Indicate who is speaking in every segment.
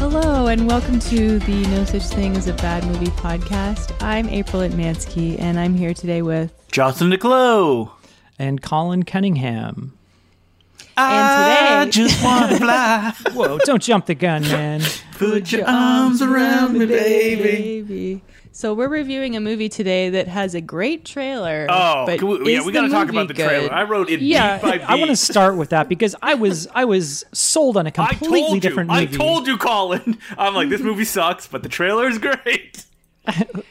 Speaker 1: and welcome to the No Such Thing as a Bad Movie podcast. I'm April Atmansky, and I'm here today with.
Speaker 2: Jonathan DeClo.
Speaker 3: and Colin Cunningham.
Speaker 2: I
Speaker 1: And today,
Speaker 2: just wanna fly.
Speaker 3: Whoa, don't jump the gun, man.
Speaker 2: Put your arms around me, baby.
Speaker 1: So we're reviewing a movie today that has a great trailer.
Speaker 2: Oh,
Speaker 1: but
Speaker 2: can we, yeah,
Speaker 1: is
Speaker 2: we got to
Speaker 1: the
Speaker 2: talk
Speaker 1: movie
Speaker 2: about the trailer.
Speaker 1: good?
Speaker 2: I wrote it
Speaker 3: Yeah,
Speaker 2: beat by beat.
Speaker 3: I want to start with that because I was I was sold on a
Speaker 2: I
Speaker 3: completely
Speaker 2: told you.
Speaker 3: different movie.
Speaker 2: I told you, Colin. I'm like, this movie sucks, but the trailer is great.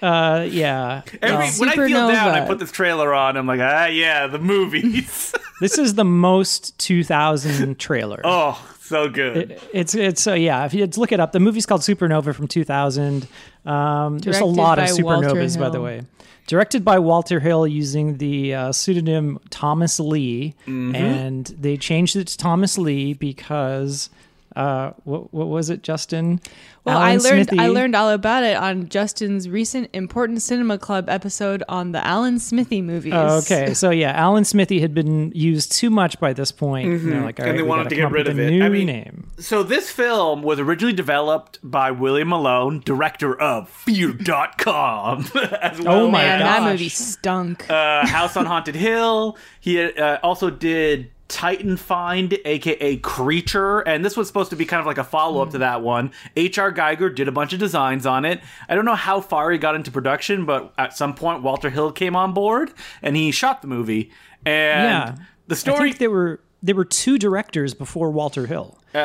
Speaker 3: Uh, yeah,
Speaker 2: Every,
Speaker 3: Um,
Speaker 2: when I feel down, I
Speaker 1: Supernova.
Speaker 2: put this trailer on. I'm like, ah, yeah, the movies.
Speaker 3: this is the most 2000 trailer.
Speaker 2: oh, so good.
Speaker 3: It's it's uh, yeah. If you just look it up, the movie's called Supernova from 2000. Um, there's a
Speaker 1: Directed
Speaker 3: lot of
Speaker 1: by Walter
Speaker 3: supernovas, by the
Speaker 1: Hill.
Speaker 3: way. Directed by Walter Hill using the uh, pseudonym Thomas Lee,
Speaker 2: Mm-hmm.
Speaker 3: and they changed it to Thomas Lee because uh, what what was it, Justin?
Speaker 1: Well,
Speaker 3: Alan
Speaker 1: I learned I
Speaker 3: Smithy-
Speaker 1: learned all about it on Justin's recent important cinema club episode on the Alan Smithy movies.
Speaker 3: Oh, okay, so yeah, Alan Smithy had been used too much by this point, and they're like,
Speaker 2: Mm-hmm. And
Speaker 3: "All right,
Speaker 2: they
Speaker 3: we
Speaker 2: wanted
Speaker 3: gotta
Speaker 2: to get
Speaker 3: come up
Speaker 2: rid
Speaker 3: with
Speaker 2: of
Speaker 3: a
Speaker 2: it."
Speaker 3: New
Speaker 2: I mean-
Speaker 3: name.
Speaker 2: So this film was originally developed by William Malone, director of Fear.com. as well
Speaker 3: Oh my
Speaker 1: Man, that
Speaker 3: gosh.
Speaker 1: movie stunk.
Speaker 2: uh, House on Haunted Hill. He uh, also did Titan Find, aka Creature, and this was supposed to be kind of like a follow up to that one. H.R. Geiger did a bunch of designs on it. I don't know how far he got into production, but at some point Walter Hill came on board and he shot the movie. And
Speaker 3: Yeah.
Speaker 2: the story
Speaker 3: I think there were there were two directors before Walter Hill. so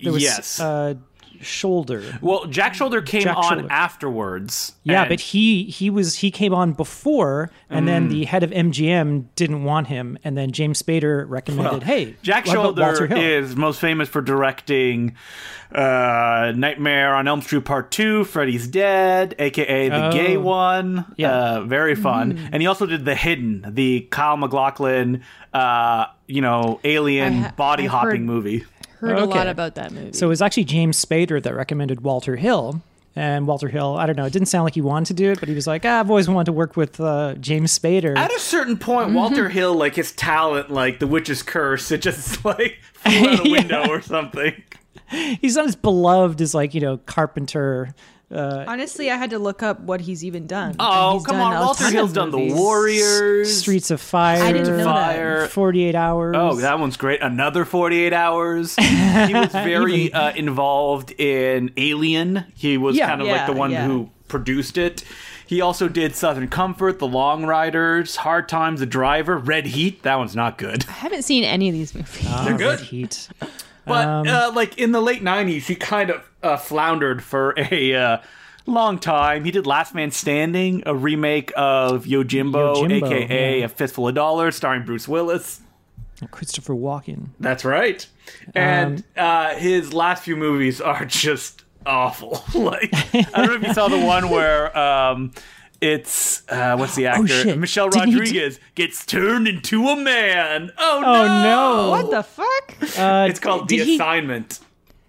Speaker 3: there was
Speaker 2: Uh, yes.
Speaker 3: uh, Shoulder.
Speaker 2: well, Jack Shoulder came
Speaker 3: Jack
Speaker 2: on
Speaker 3: Shoulder.
Speaker 2: afterwards.
Speaker 3: Yeah,
Speaker 2: and-
Speaker 3: but he he was he came on before, and
Speaker 2: Mm.
Speaker 3: then the head of MGM didn't want him, and then James Spader recommended, "Hey,
Speaker 2: Jack
Speaker 3: what about Walter
Speaker 2: Shoulder
Speaker 3: Hill?"
Speaker 2: is most famous for directing uh, Nightmare on Elm Street Part 2, Freddy's Dead, aka The
Speaker 3: Oh.
Speaker 2: Gay One.
Speaker 3: Yeah. Mm-hmm.
Speaker 2: Uh, very fun. And he also did The Hidden, the Kyle McLaughlin, uh, you know, alien
Speaker 1: I ha-
Speaker 2: body
Speaker 1: I've
Speaker 2: hopping
Speaker 1: heard-
Speaker 2: movie.
Speaker 1: Heard a lot
Speaker 3: okay.
Speaker 1: about that movie.
Speaker 3: So it was actually James Spader that recommended Walter Hill. And Walter Hill, I don't know, it didn't sound like he wanted to do it, but he was like, ah, I've always wanted to work with uh, James Spader.
Speaker 2: At a certain point,
Speaker 1: Mm-hmm.
Speaker 2: Walter Hill, like his talent, like The Witch's Curse, it just like flew out a window or something.
Speaker 3: He's not as beloved as, like, you know, Carpenter.
Speaker 1: Honestly, I had to look up what he's even done.
Speaker 2: Oh,
Speaker 1: And he's
Speaker 2: come
Speaker 1: done
Speaker 2: on.
Speaker 1: a
Speaker 2: Walter
Speaker 1: ton
Speaker 2: Hill's
Speaker 1: of
Speaker 2: done The
Speaker 1: movies.
Speaker 2: Warriors.
Speaker 3: Streets of Fire.
Speaker 1: I didn't know that.
Speaker 2: Fire.
Speaker 3: 48 Hours.
Speaker 2: Oh, that one's great. Another 48 hours. He was very uh, involved in Alien. He was
Speaker 3: Yeah.
Speaker 2: kind of like
Speaker 1: Yeah,
Speaker 2: the one
Speaker 1: yeah.
Speaker 2: who produced it. He also did Southern Comfort, The Long Riders, Hard Times, The Driver, Red Heat. That one's not good.
Speaker 1: I haven't seen any of these movies.
Speaker 3: Oh,
Speaker 2: They're good.
Speaker 3: Red Heat.
Speaker 2: But
Speaker 3: Um,
Speaker 2: uh, like in the late 90s, he kind of uh, floundered for a uh, long time. He did Last Man Standing, a remake of Yojimbo,
Speaker 3: Yojimbo,
Speaker 2: aka
Speaker 3: yeah.
Speaker 2: A Fistful of Dollars, starring Bruce Willis.
Speaker 3: Christopher Walken.
Speaker 2: That's right.
Speaker 3: Um,
Speaker 2: And uh, his last few movies are just awful. like I don't know if you saw the one where um, it's uh, what's the actor
Speaker 3: Oh, shit.
Speaker 2: Michelle
Speaker 3: Didn't he do-
Speaker 2: Rodriguez gets turned into a man. Oh,
Speaker 3: Oh,
Speaker 2: no!
Speaker 3: no.
Speaker 1: What the fuck?
Speaker 3: Uh,
Speaker 2: It's called
Speaker 3: did
Speaker 2: The
Speaker 3: he,
Speaker 2: Assignment.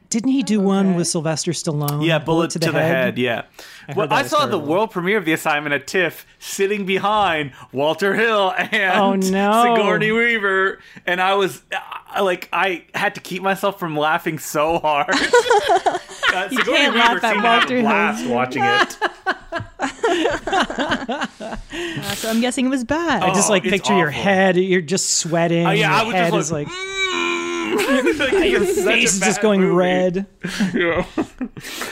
Speaker 3: Didn't he do one
Speaker 1: okay.
Speaker 3: with Sylvester Stallone?
Speaker 2: Yeah, bullet to the, head. Yeah. I well,
Speaker 3: heard that
Speaker 2: I
Speaker 3: was
Speaker 2: saw the
Speaker 3: terrible.
Speaker 2: world premiere of The Assignment at TIFF, sitting behind Walter Hill and
Speaker 3: Oh, no.
Speaker 2: Sigourney Weaver, and I was I- like, I had to keep myself from laughing so hard. Uh, Sigourney
Speaker 1: can't laugh at
Speaker 2: seemed to have a
Speaker 1: Walter Hill.
Speaker 2: blast watching it.
Speaker 1: so I'm guessing it was bad.
Speaker 2: I
Speaker 3: Just
Speaker 2: Oh,
Speaker 3: like
Speaker 2: it's
Speaker 3: picture your
Speaker 2: awful.
Speaker 3: head. You're just sweating.
Speaker 2: Oh, yeah, I
Speaker 3: your
Speaker 2: was
Speaker 3: head
Speaker 2: just
Speaker 3: is
Speaker 2: like,
Speaker 3: like,
Speaker 2: "Mm." Like, it was such a
Speaker 3: face is just
Speaker 2: bad
Speaker 3: going
Speaker 2: movie.
Speaker 3: red.
Speaker 2: Yeah.
Speaker 1: It-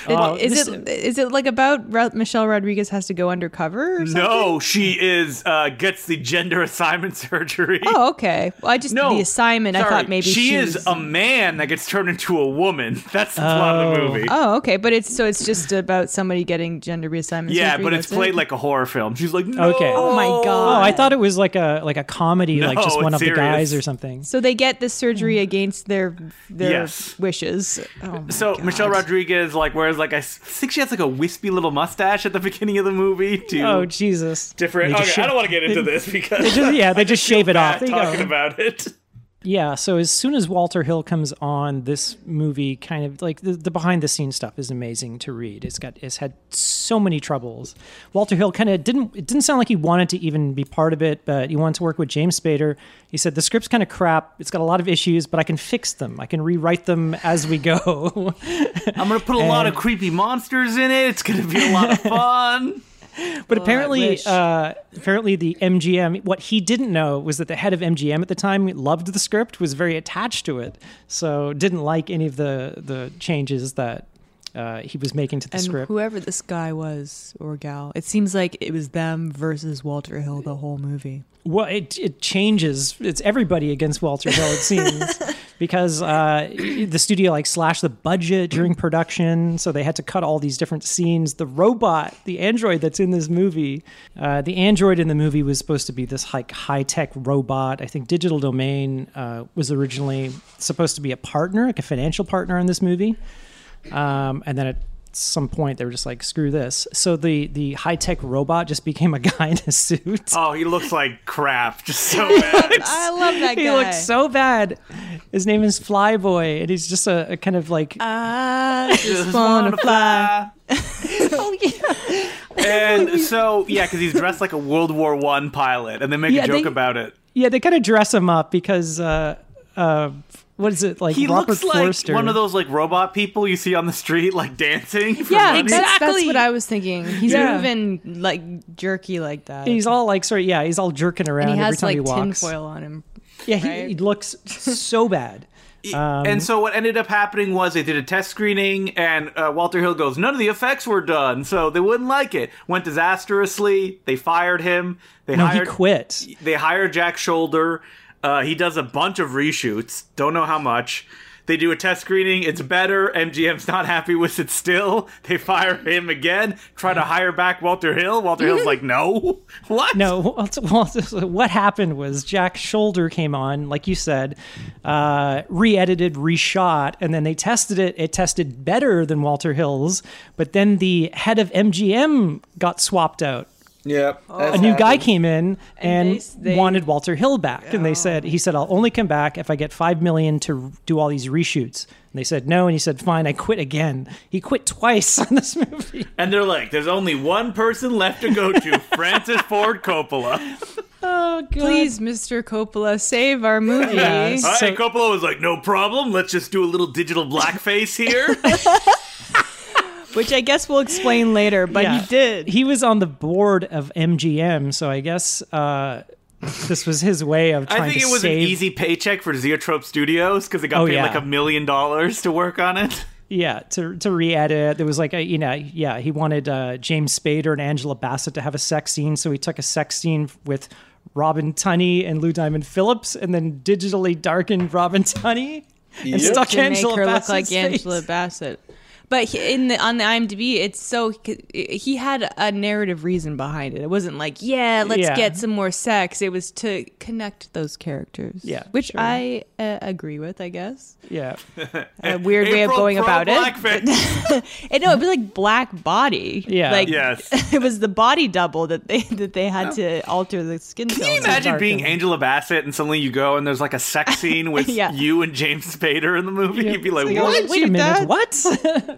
Speaker 3: Oh,
Speaker 1: is
Speaker 3: this-
Speaker 1: it is it like about Ro- Michelle Rodriguez has to go undercover? Or something?
Speaker 2: No, she is uh, gets the gender assignment surgery.
Speaker 1: Oh, okay. Well, I just
Speaker 2: Mm. No,
Speaker 1: the assignment. I
Speaker 2: sorry.
Speaker 1: thought maybe
Speaker 2: she,
Speaker 1: she
Speaker 2: is
Speaker 1: was-
Speaker 2: a man that gets turned into a woman. That's the plot of the
Speaker 3: Oh.
Speaker 2: movie.
Speaker 1: Oh, okay, but it's so it's just about somebody getting gender reassignment.
Speaker 2: yeah,
Speaker 1: surgery,
Speaker 2: but it's
Speaker 1: that's it?
Speaker 2: played like a horror film. She's like, no.
Speaker 3: Okay.
Speaker 1: Oh my
Speaker 3: Oh,
Speaker 1: God.
Speaker 3: I thought it was like a like a comedy, like just
Speaker 2: it's
Speaker 3: one of
Speaker 2: serious.
Speaker 3: the guys or something.
Speaker 1: So they get this surgery against their their
Speaker 2: Hmm. Yes.
Speaker 1: wishes. Oh my
Speaker 2: So
Speaker 1: God.
Speaker 2: Michelle Rodriguez like wears like a I think she has like a wispy little mustache at the beginning of the movie to
Speaker 3: Oh Jesus!
Speaker 2: different.
Speaker 3: They
Speaker 2: Okay,
Speaker 3: just
Speaker 2: I
Speaker 3: sha-
Speaker 2: don't want to get into this because
Speaker 3: Just, yeah, they just shave it off. There you
Speaker 2: talking
Speaker 3: go.
Speaker 2: about it.
Speaker 3: Yeah, so as soon as Walter Hill comes on, this movie kind of like the, the behind the scenes stuff is amazing to read. It's got it's had so many troubles. Walter Hill kind of didn't it didn't sound like he wanted to even be part of it, but he wanted to work with James Spader. He said the script's kind of crap. It's got a lot of issues, but I can fix them. I can rewrite them as we go.
Speaker 2: I'm gonna put a lot of creepy monsters in it. It's gonna be a lot of fun.
Speaker 3: But apparently,
Speaker 1: wish.
Speaker 3: uh, apparently the MGM. What he didn't know was that the head of MGM at the time loved the script, was very attached to it, so didn't like any of the the changes that uh, he was making to the
Speaker 1: And
Speaker 3: script.
Speaker 1: whoever this guy was or gal, it seems like it was them versus Walter Hill the whole movie.
Speaker 3: well, it it changes. It's everybody against Walter Hill, it seems, because uh, the studio like slashed the budget during production, so they had to cut all these different scenes. The robot, the android that's in this movie, uh, the android in the movie was supposed to be this like high tech robot. I think Digital Domain uh, was originally supposed to be a partner, like a financial partner in this movie. Um, and then at some point they were just like, "Screw this!" So the the high tech robot just became a guy in a suit.
Speaker 2: Oh, he looks like crap. Just so bad.
Speaker 1: I love that guy.
Speaker 3: He looks so bad. His name is Flyboy, and he's just a, a kind of like
Speaker 1: Uh, I just
Speaker 2: Just
Speaker 1: wanna
Speaker 2: wanna
Speaker 1: fly.
Speaker 3: oh yeah,
Speaker 2: And so yeah, because he's dressed like a World War One pilot, and they make
Speaker 3: Yeah,
Speaker 2: a joke
Speaker 3: they-
Speaker 2: about it.
Speaker 3: yeah. They kind of dress him up because uh, uh, what is it like?
Speaker 2: He
Speaker 3: Robert
Speaker 2: looks like
Speaker 3: Forster.
Speaker 2: one of those like robot people you see on the street, like dancing. for
Speaker 1: Yeah,
Speaker 2: money.
Speaker 1: that's- That's,
Speaker 3: Exactly.
Speaker 1: what I was thinking. He's
Speaker 3: Yeah.
Speaker 1: moving like jerky like that.
Speaker 3: He's all like, sorry, yeah, he's all jerking around
Speaker 1: and he
Speaker 3: every
Speaker 1: has
Speaker 3: time he
Speaker 1: like
Speaker 3: walks.
Speaker 1: tinfoil on him.
Speaker 3: yeah, he,
Speaker 1: right?
Speaker 3: he looks so bad.
Speaker 2: E, and so what ended up happening was they did a test screening, and uh, Walter Hill goes, "None of the effects were done, so they wouldn't like it." Went disastrously. They fired him. They
Speaker 3: No, he
Speaker 2: hired.
Speaker 3: quit.
Speaker 2: They hire Jack Shoulder. Uh, he does a bunch of reshoots. Don't know how much. They do a test screening. It's better. MGM's not happy with it still. They fire him again. Try to hire back Walter Hill. Walter Hill's like, no. What?
Speaker 3: No, what- what what happened was Jack Shoulder came on, like you said, uh, re-edited, reshot, and then they tested it. It tested better than Walter Hill's, but then the head of MGM got swapped out.
Speaker 2: Yep.
Speaker 3: A new guy came in and,
Speaker 1: Oh. they s- they- Oh.
Speaker 3: wanted Walter Hill back, and they said he said I'll only come back if I get five million to do all these reshoots. And they said no, and he said fine, I quit again. He quit twice on this movie.
Speaker 2: And they're like, there's only one person left to go to Francis Ford Coppola.
Speaker 3: Oh God.
Speaker 1: Please, Mr. Coppola, save our movie.
Speaker 3: Yeah.
Speaker 2: All right,
Speaker 3: So-
Speaker 2: Coppola was like, no problem. Let's just do a little digital blackface here.
Speaker 1: Which I guess we'll explain later, but
Speaker 3: Yeah.
Speaker 1: he did.
Speaker 3: he was on the board of MGM, so I guess uh, this was his way of trying
Speaker 2: I think
Speaker 3: to
Speaker 2: it was
Speaker 3: save.
Speaker 2: an easy paycheck for Zeotrope Studios because they got
Speaker 3: Oh,
Speaker 2: paid
Speaker 3: yeah.
Speaker 2: like a million dollars to work on it.
Speaker 3: Yeah, to to re-edit. There was like a you know yeah he wanted uh, James Spader and Angela Bassett to have a sex scene, so he took a sex scene with Robin Tunney and Lou Diamond Phillips, and then digitally darkened Robin Tunney and stuck
Speaker 1: to make
Speaker 3: Angela
Speaker 1: her
Speaker 3: Bassett's
Speaker 1: look like
Speaker 3: face.
Speaker 1: Angela Bassett. But he, in the on the IMDb, it's so he had a narrative reason behind it. It wasn't like, yeah, let's
Speaker 3: Yeah.
Speaker 1: get some more sex. It was to connect those characters.
Speaker 3: Yeah,
Speaker 1: which
Speaker 3: sure.
Speaker 1: I uh, agree with. I guess
Speaker 3: Yeah,
Speaker 1: a weird way of
Speaker 2: April
Speaker 1: going
Speaker 2: pro
Speaker 1: about it.
Speaker 2: blackface.
Speaker 1: And no, it was like black body.
Speaker 3: Yeah.
Speaker 1: like
Speaker 2: Yes.
Speaker 1: it was the body double that they that they had to alter the skin.
Speaker 2: Can you
Speaker 1: tone.
Speaker 2: imagine
Speaker 3: dark
Speaker 2: being
Speaker 3: and-
Speaker 2: Angela Bassett and suddenly you go and there's like a sex scene with
Speaker 1: Yeah.
Speaker 2: you and James Spader in the movie? You'd be like,
Speaker 3: It's
Speaker 2: what?
Speaker 3: wait a
Speaker 1: you done?
Speaker 3: minute, what?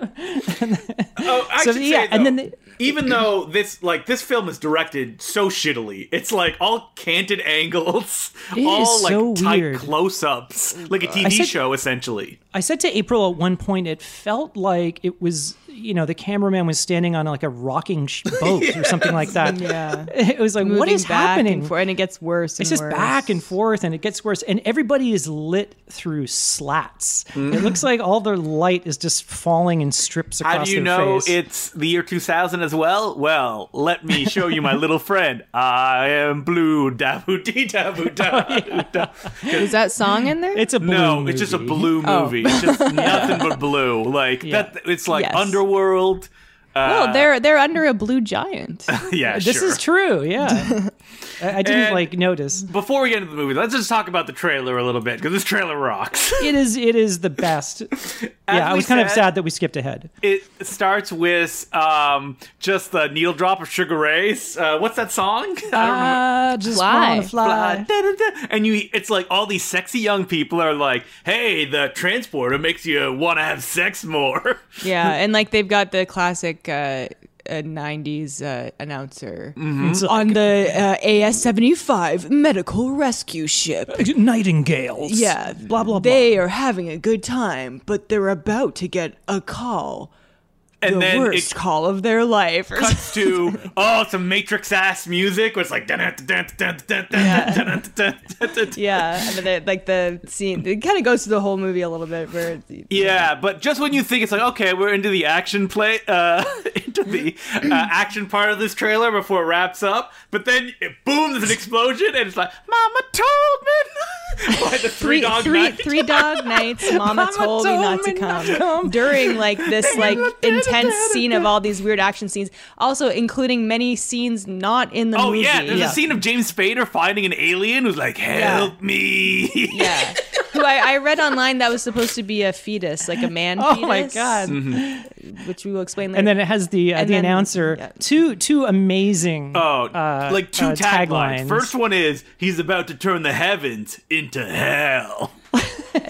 Speaker 2: Oh, I
Speaker 3: So,
Speaker 2: should
Speaker 3: yeah,
Speaker 2: say,
Speaker 3: and
Speaker 2: though,
Speaker 3: then they-
Speaker 2: even though this like this film is directed so shittily, it's like all canted angles,
Speaker 3: It
Speaker 2: all
Speaker 3: is
Speaker 2: like
Speaker 3: so
Speaker 2: tight
Speaker 3: weird. Oh,
Speaker 2: close-ups, like a
Speaker 3: I
Speaker 2: TV
Speaker 3: said-
Speaker 2: show essentially.
Speaker 3: I said to April at one point, it felt like it was, you know, the cameraman was standing on like a rocking sh- boat or something like that.
Speaker 1: Yeah.
Speaker 3: It was like, what
Speaker 1: Moving
Speaker 3: is
Speaker 1: back
Speaker 3: happening?
Speaker 1: And, forth, and it gets worse.
Speaker 3: it's
Speaker 1: and
Speaker 3: just
Speaker 1: worse.
Speaker 3: back and forth and it gets worse. And everybody is lit through slats. It looks like all their light is just falling in strips across
Speaker 2: Mm. How do you
Speaker 3: their
Speaker 2: know
Speaker 3: face.
Speaker 2: it's the year 2000 as well? Well, let me show you my little friend. I am blue, dabu dee dabu
Speaker 3: Oh,
Speaker 2: da.
Speaker 1: Is that song in there?
Speaker 3: it's a blue
Speaker 2: No, it's just a
Speaker 3: movie.
Speaker 1: Oh.
Speaker 2: blue movie. It's just nothing but blue. Like that. It's like
Speaker 1: Yes.
Speaker 2: Underworld.
Speaker 1: well, they're they're under a blue giant.
Speaker 2: yeah,
Speaker 3: This
Speaker 2: sure.
Speaker 3: is true. Yeah, I, I didn't
Speaker 2: And-
Speaker 3: like notice.
Speaker 2: Before we get into the movie, let's just talk about the trailer a little bit because this trailer rocks.
Speaker 3: It is. It is the best. yeah, I
Speaker 2: we
Speaker 3: was kind of
Speaker 2: said-
Speaker 3: sad that we skipped ahead.
Speaker 2: it starts with um, just the needle drop of Sugar Ray's. Uh, what's that song? I don't remember.
Speaker 1: Uh,
Speaker 3: I Uh, just
Speaker 1: Fly.
Speaker 3: wanna
Speaker 2: Blah, da, da, da. And you, it's like all these sexy young people are like, "Hey, the transporter makes you want to have sex more."
Speaker 1: yeah, and like they've got the classic uh, uh, '90s uh, announcer
Speaker 2: Mm-hmm.
Speaker 3: It's like
Speaker 1: on the uh, AS-75 medical rescue ship.
Speaker 3: nightingales.
Speaker 1: Yeah,
Speaker 3: blah blah blah.
Speaker 1: They are having a good time, but they're about to get a call.
Speaker 2: And
Speaker 1: the
Speaker 2: then
Speaker 1: worst
Speaker 2: it
Speaker 1: call of their life. or
Speaker 2: cuts to oh, some Matrix ass music where it's like, "Dun, dun, dun, dun, dun, dun, dun, dun, dun, dun, dun."
Speaker 1: Yeah, I mean, the- like the scene, it kind of goes through the whole movie a little bit. Where it's-
Speaker 2: Yeah, but just when you think it's like, okay, we're into the action play, uh, into the uh, action part of this trailer before it wraps up, but then it, boom, there's an explosion, and it's like, Mama told me. By the three,
Speaker 1: three,
Speaker 2: dog
Speaker 1: three,
Speaker 2: night.
Speaker 1: three dog nights. Mama, told, me not to come. during like this like intense scene of all these weird action scenes. Also, including many scenes not in the
Speaker 2: Oh
Speaker 1: movie.
Speaker 2: yeah, there's a scene of James Spader finding an alien who's like, "Help me!"
Speaker 1: Yeah. Who I, I read online that was supposed to be a fetus, like a man.
Speaker 3: Oh
Speaker 1: fetus,
Speaker 3: my god.
Speaker 1: Which we will explain later.
Speaker 3: And then it has the uh,
Speaker 1: And
Speaker 3: the
Speaker 1: then-
Speaker 3: announcer.
Speaker 1: yeah.
Speaker 3: Two two amazing.
Speaker 2: Oh,
Speaker 3: uh,
Speaker 2: like two
Speaker 3: uh,
Speaker 2: taglines.
Speaker 3: taglines.
Speaker 2: First one is, "He's about to turn the heavens into hell."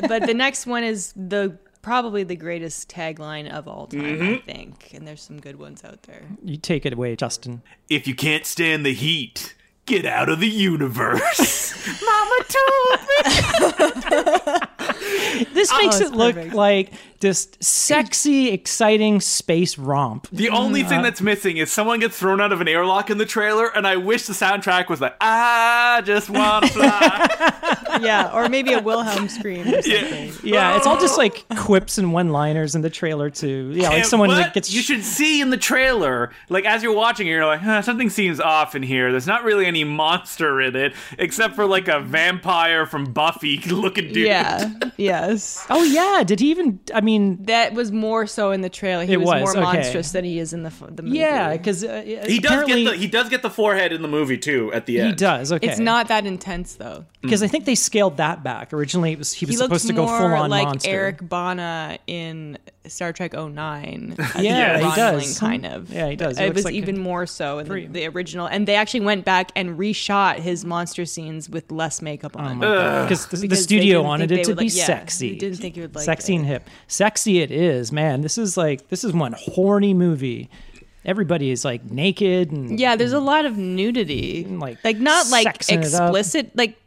Speaker 1: but the next one is the probably the greatest tagline of all time, I think. And there's some good ones out there.
Speaker 3: You take it away, Justin.
Speaker 2: If you can't stand the heat, get out of the universe. Mama told me.
Speaker 3: This makes
Speaker 1: it's
Speaker 3: it look
Speaker 1: perfect.
Speaker 3: like just sexy, exciting space romp.
Speaker 2: The only
Speaker 3: Uh,
Speaker 2: thing that's missing is someone gets thrown out of an airlock in the trailer, and I wish the soundtrack was like, I just want to fly.
Speaker 1: Yeah, or maybe a Wilhelm scream or something.
Speaker 3: Yeah, it's all just like quips and one-liners in the trailer too. Yeah, like
Speaker 2: And
Speaker 3: someone
Speaker 2: what
Speaker 3: like gets
Speaker 2: you should see in the trailer, like as you're watching it, you're like, huh, something seems off in here. There's not really any monster in it, except for like a vampire from Buffy looking dude.
Speaker 1: Yeah. Yes.
Speaker 3: Oh yeah, did he even? I mean,
Speaker 1: That was more so in the trailer. He
Speaker 3: It
Speaker 1: was,
Speaker 3: was,
Speaker 1: more
Speaker 3: okay.
Speaker 1: monstrous than he is in the f- the movie.
Speaker 3: yeah, because uh,
Speaker 2: He does get the he does get the forehead in the movie too at the end.
Speaker 3: He does. Okay,
Speaker 1: It's not that intense though.
Speaker 3: because
Speaker 2: Mm.
Speaker 3: I think they scaled that back. Originally, it was he was
Speaker 1: He looks
Speaker 3: supposed to go
Speaker 1: more
Speaker 3: full on
Speaker 1: like
Speaker 3: monster.
Speaker 1: Eric Bana in Star Trek 09. as the
Speaker 3: Yeah, he
Speaker 1: Ron
Speaker 3: does.
Speaker 1: Ling Kind of.
Speaker 3: Yeah, he does. He
Speaker 1: It
Speaker 3: looks
Speaker 1: was
Speaker 3: like
Speaker 1: even
Speaker 3: a-
Speaker 1: more so in the, the original. And they actually went back and reshot his monster scenes with less makeup on.
Speaker 3: Oh,
Speaker 2: Uh,
Speaker 3: because the, the
Speaker 1: Because they
Speaker 3: studio
Speaker 1: didn't
Speaker 3: wanted
Speaker 1: think
Speaker 3: it
Speaker 1: they
Speaker 3: to
Speaker 1: would
Speaker 3: be
Speaker 1: like- yeah,
Speaker 3: sexy.
Speaker 1: they didn't think you would like uh,
Speaker 3: sexy
Speaker 1: it.
Speaker 3: and hip. Sexy it is, man. This is like this is one horny movie. Everybody is like naked and
Speaker 1: yeah,
Speaker 2: Mm.
Speaker 1: there's a lot of nudity. Like,
Speaker 3: Like,
Speaker 1: not like
Speaker 3: sexing it up.
Speaker 1: explicit. Like,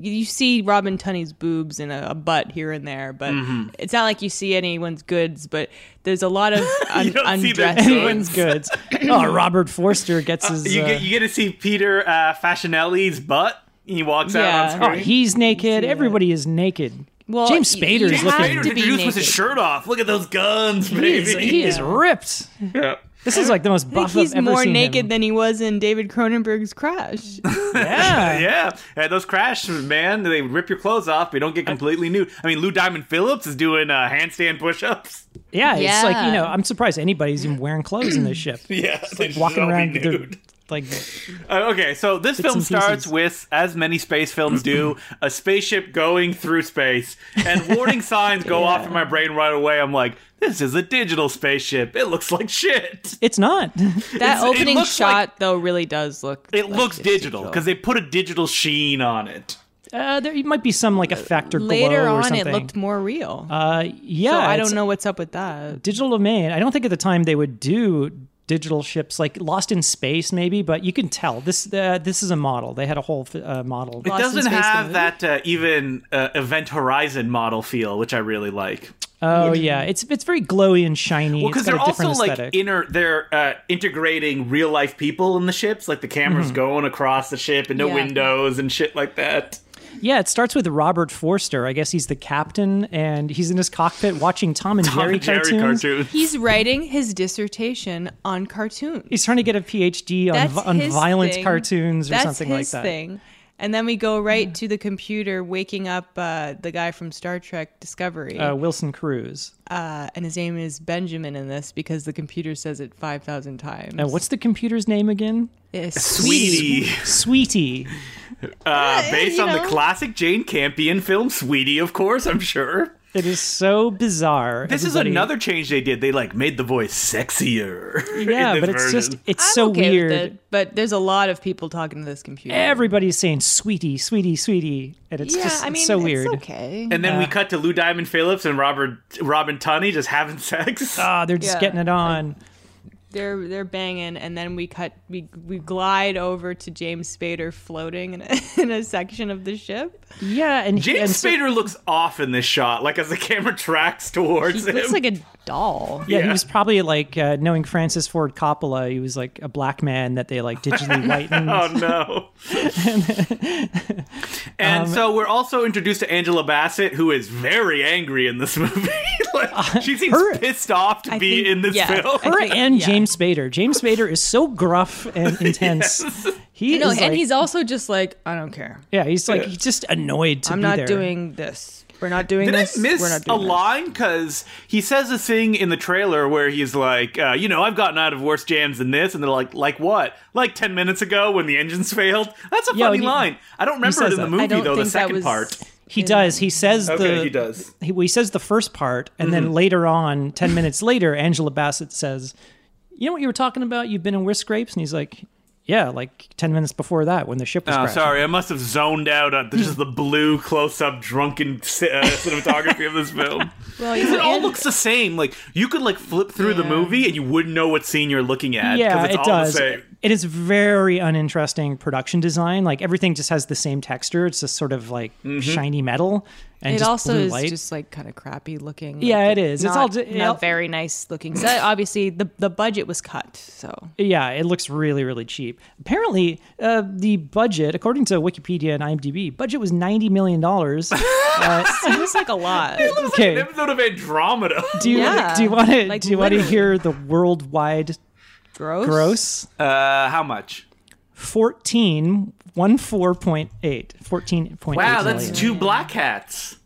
Speaker 1: you see Robin Tunney's boobs and a, a butt here and there, but
Speaker 2: Mm-hmm.
Speaker 1: it's not like you see anyone's goods, but there's a lot of un-
Speaker 2: don't see their
Speaker 1: undressing.
Speaker 3: anyone's goods. Oh, Robert Forster gets his.
Speaker 2: You
Speaker 3: uh,
Speaker 2: get you get to see Peter uh, Fascinelli's butt. He walks out on
Speaker 1: Yeah.
Speaker 2: screen.
Speaker 3: oh, he's naked. Everybody is naked.
Speaker 1: Well,
Speaker 3: James
Speaker 1: y-
Speaker 3: Spader
Speaker 1: you
Speaker 3: is
Speaker 1: have
Speaker 3: looking.
Speaker 1: to be
Speaker 2: introduced with his
Speaker 1: naked.
Speaker 2: shirt off. Look at those guns,
Speaker 3: He
Speaker 2: baby.
Speaker 3: is, he is ripped.
Speaker 2: Yeah.
Speaker 3: This is like the most
Speaker 1: I
Speaker 3: buff
Speaker 1: think he's
Speaker 3: I've ever
Speaker 1: more
Speaker 3: seen
Speaker 1: naked
Speaker 3: him.
Speaker 1: than he was in David Cronenberg's Crash.
Speaker 3: yeah.
Speaker 2: Yeah, and those crashes, man, they rip your clothes off, but you don't get completely nude. I mean, Lou Diamond Phillips is doing uh, handstand push-ups.
Speaker 3: Yeah, it's like
Speaker 1: Yeah.
Speaker 3: you know, I'm surprised anybody's even wearing clothes in this ship.
Speaker 2: Yeah,
Speaker 3: Like walking around with their- like
Speaker 2: Uh, okay, so this film
Speaker 3: and pieces.
Speaker 2: starts with, as many space films do, a spaceship going through space, and warning signs go off in my brain right away. I'm like, this is a digital spaceship. It looks like shit.
Speaker 3: it's not.
Speaker 1: That
Speaker 2: it
Speaker 1: opening
Speaker 2: looks
Speaker 1: shot though really does look.
Speaker 2: It
Speaker 1: like
Speaker 2: looks
Speaker 1: it's
Speaker 2: digital because they put a digital sheen on it.
Speaker 3: Uh, there might be some like effect or glow
Speaker 1: Later
Speaker 3: or
Speaker 1: on,
Speaker 3: something.
Speaker 1: it looked more real.
Speaker 3: Uh, yeah,
Speaker 1: so I
Speaker 3: it's
Speaker 1: don't know what's up with that.
Speaker 3: Digital domain. I don't think at the time they would do digital ships like Lost in Space, maybe, but you can tell this. Uh, this is a model. They had a whole uh, model.
Speaker 2: It
Speaker 1: Lost in
Speaker 2: doesn't
Speaker 1: Space, the
Speaker 2: have
Speaker 1: movie?
Speaker 2: that uh, even uh, Event Horizon model feel, which I really like.
Speaker 3: Oh yeah, it's it's very glowy and shiny.
Speaker 2: Well,
Speaker 3: It's
Speaker 2: because
Speaker 3: got
Speaker 2: they're
Speaker 3: a different
Speaker 2: also like
Speaker 3: aesthetic.
Speaker 2: inner, they're uh, integrating real life people in the ships. Like the cameras
Speaker 3: Mm-hmm.
Speaker 2: going across the ship into
Speaker 1: Yeah.
Speaker 2: windows and shit like that.
Speaker 3: Yeah, it starts with Robert Forster. I guess he's the captain, and he's in his cockpit watching Tom and Jerry,
Speaker 2: Jerry
Speaker 3: cartoons.
Speaker 2: cartoon.
Speaker 1: He's writing his dissertation on cartoons.
Speaker 3: He's trying to get a PhD on,
Speaker 1: That's
Speaker 3: vi- on
Speaker 1: his
Speaker 3: violent
Speaker 1: thing.
Speaker 3: cartoons or
Speaker 1: That's
Speaker 3: something
Speaker 1: his
Speaker 3: like that.
Speaker 1: thing. And then we go right to the computer, waking up uh, the guy from Star Trek Discovery.
Speaker 3: Uh, Wilson Cruz.
Speaker 1: Uh, and his name is Benjamin in this because the computer says it 5,000 times.
Speaker 3: And what's the computer's name again?
Speaker 1: Uh, sweetie.
Speaker 2: Sweetie.
Speaker 3: Sweetie.
Speaker 2: Uh, based
Speaker 1: you
Speaker 2: on
Speaker 1: know.
Speaker 2: the classic Jane Campion film Sweetie, of course, I'm sure.
Speaker 3: It is so bizarre.
Speaker 2: This
Speaker 3: Everybody-
Speaker 2: is another change they did. They like made the voice sexier. in
Speaker 3: Yeah,
Speaker 2: this
Speaker 3: but it's just
Speaker 2: version.
Speaker 3: it's
Speaker 1: I'm
Speaker 3: so
Speaker 1: okay with
Speaker 3: weird.
Speaker 1: it, but there's a lot of people talking to this computer.
Speaker 3: Everybody's saying "sweetie, sweetie, sweetie," and it's
Speaker 1: yeah,
Speaker 3: just
Speaker 1: I
Speaker 3: it's
Speaker 1: mean,
Speaker 3: so
Speaker 1: it's
Speaker 3: weird.
Speaker 1: okay.
Speaker 2: And then we cut to Lou Diamond Phillips and Robert Robin Tunney just having sex.
Speaker 3: Ah, they're just
Speaker 1: Yeah.
Speaker 3: getting it on.
Speaker 1: they're they're banging, and then we cut we we glide over to James Spader floating in a, in a section of the ship.
Speaker 3: Yeah, and
Speaker 2: James
Speaker 3: and so-
Speaker 2: Spader looks off in this shot, like as the camera tracks towards
Speaker 1: He
Speaker 2: him.
Speaker 1: looks like a doll.
Speaker 3: Yeah, he
Speaker 2: Yeah.
Speaker 3: was probably like uh, knowing Francis Ford Coppola. He was like a black man that they like digitally whitened.
Speaker 2: Oh no! and so we're also introduced to Angela Bassett, who is very angry in this movie. like, she seems
Speaker 3: her-
Speaker 2: pissed off to
Speaker 1: I
Speaker 2: be
Speaker 1: think-
Speaker 2: in this
Speaker 1: yeah,
Speaker 2: film.
Speaker 1: I
Speaker 3: Her
Speaker 1: think-
Speaker 3: and
Speaker 1: yeah.
Speaker 3: James Spader. James Spader is so gruff and intense. He
Speaker 1: You know,
Speaker 3: is
Speaker 1: and
Speaker 3: like-
Speaker 1: he's also just like, I don't care.
Speaker 3: yeah, he's like he's just annoyed to
Speaker 1: I'm
Speaker 3: be
Speaker 1: not
Speaker 3: there.
Speaker 1: doing this. We're not doing
Speaker 2: Did I
Speaker 1: this. We're
Speaker 2: miss
Speaker 1: not
Speaker 2: a
Speaker 1: doing this."
Speaker 2: line? Because he says a thing in the trailer where he's like, uh, you know, I've gotten out of worse jams than this, and they're like, like what? Like ten minutes ago when the engines failed. That's a
Speaker 3: Yeah,
Speaker 2: funny
Speaker 3: he-
Speaker 2: line. I don't remember it
Speaker 3: says
Speaker 2: in the
Speaker 3: that.
Speaker 2: movie
Speaker 1: I don't
Speaker 2: though. The
Speaker 1: think that
Speaker 2: second
Speaker 1: was-
Speaker 2: part.
Speaker 3: He does. He says
Speaker 2: Okay,
Speaker 3: the
Speaker 2: he does.
Speaker 3: He, well, he says the first part, and
Speaker 2: Mm-hmm.
Speaker 3: then later on, ten minutes later, Angela Bassett says, "You know what you were talking about? You've been in worse scrapes." And he's like, "Yeah, like ten minutes before that, when the ship was
Speaker 2: Oh,
Speaker 3: crashing."
Speaker 2: sorry, I must have zoned out on just the blue close-up drunken ci- uh, cinematography of this film.
Speaker 1: Well, you
Speaker 2: It all
Speaker 1: and-
Speaker 2: looks the same. Like you could like flip through the
Speaker 1: Yeah.
Speaker 2: movie and you wouldn't know what scene you're looking at. 'cause
Speaker 3: yeah,
Speaker 2: it's
Speaker 3: it
Speaker 2: all
Speaker 3: does.
Speaker 2: The same.
Speaker 3: It is very uninteresting production design. Like everything just has the same texture. It's just sort of like
Speaker 2: Mm-hmm.
Speaker 3: shiny metal and
Speaker 1: it
Speaker 3: just
Speaker 1: also
Speaker 3: blue
Speaker 1: is
Speaker 3: light.
Speaker 1: just like kind of crappy looking. like,
Speaker 3: Yeah, it is. It's all
Speaker 1: not-
Speaker 3: di- it all-
Speaker 1: not very nice looking. So obviously, the the budget was cut. So
Speaker 3: yeah, it looks really really cheap. Apparently, uh, the budget, according to Wikipedia and IMDb, budget was ninety million dollars.
Speaker 1: it was like a lot.
Speaker 2: It's
Speaker 3: okay.
Speaker 2: like an episode of Andromeda.
Speaker 3: do you
Speaker 1: Yeah.
Speaker 3: do you want to
Speaker 1: Like,
Speaker 3: do you want to
Speaker 1: literally.
Speaker 3: hear the worldwide
Speaker 1: Gross.
Speaker 3: gross?
Speaker 2: Uh, how much?
Speaker 3: 14 one four point eight. 14.8
Speaker 2: Wow, that's
Speaker 3: million.
Speaker 2: two black hats.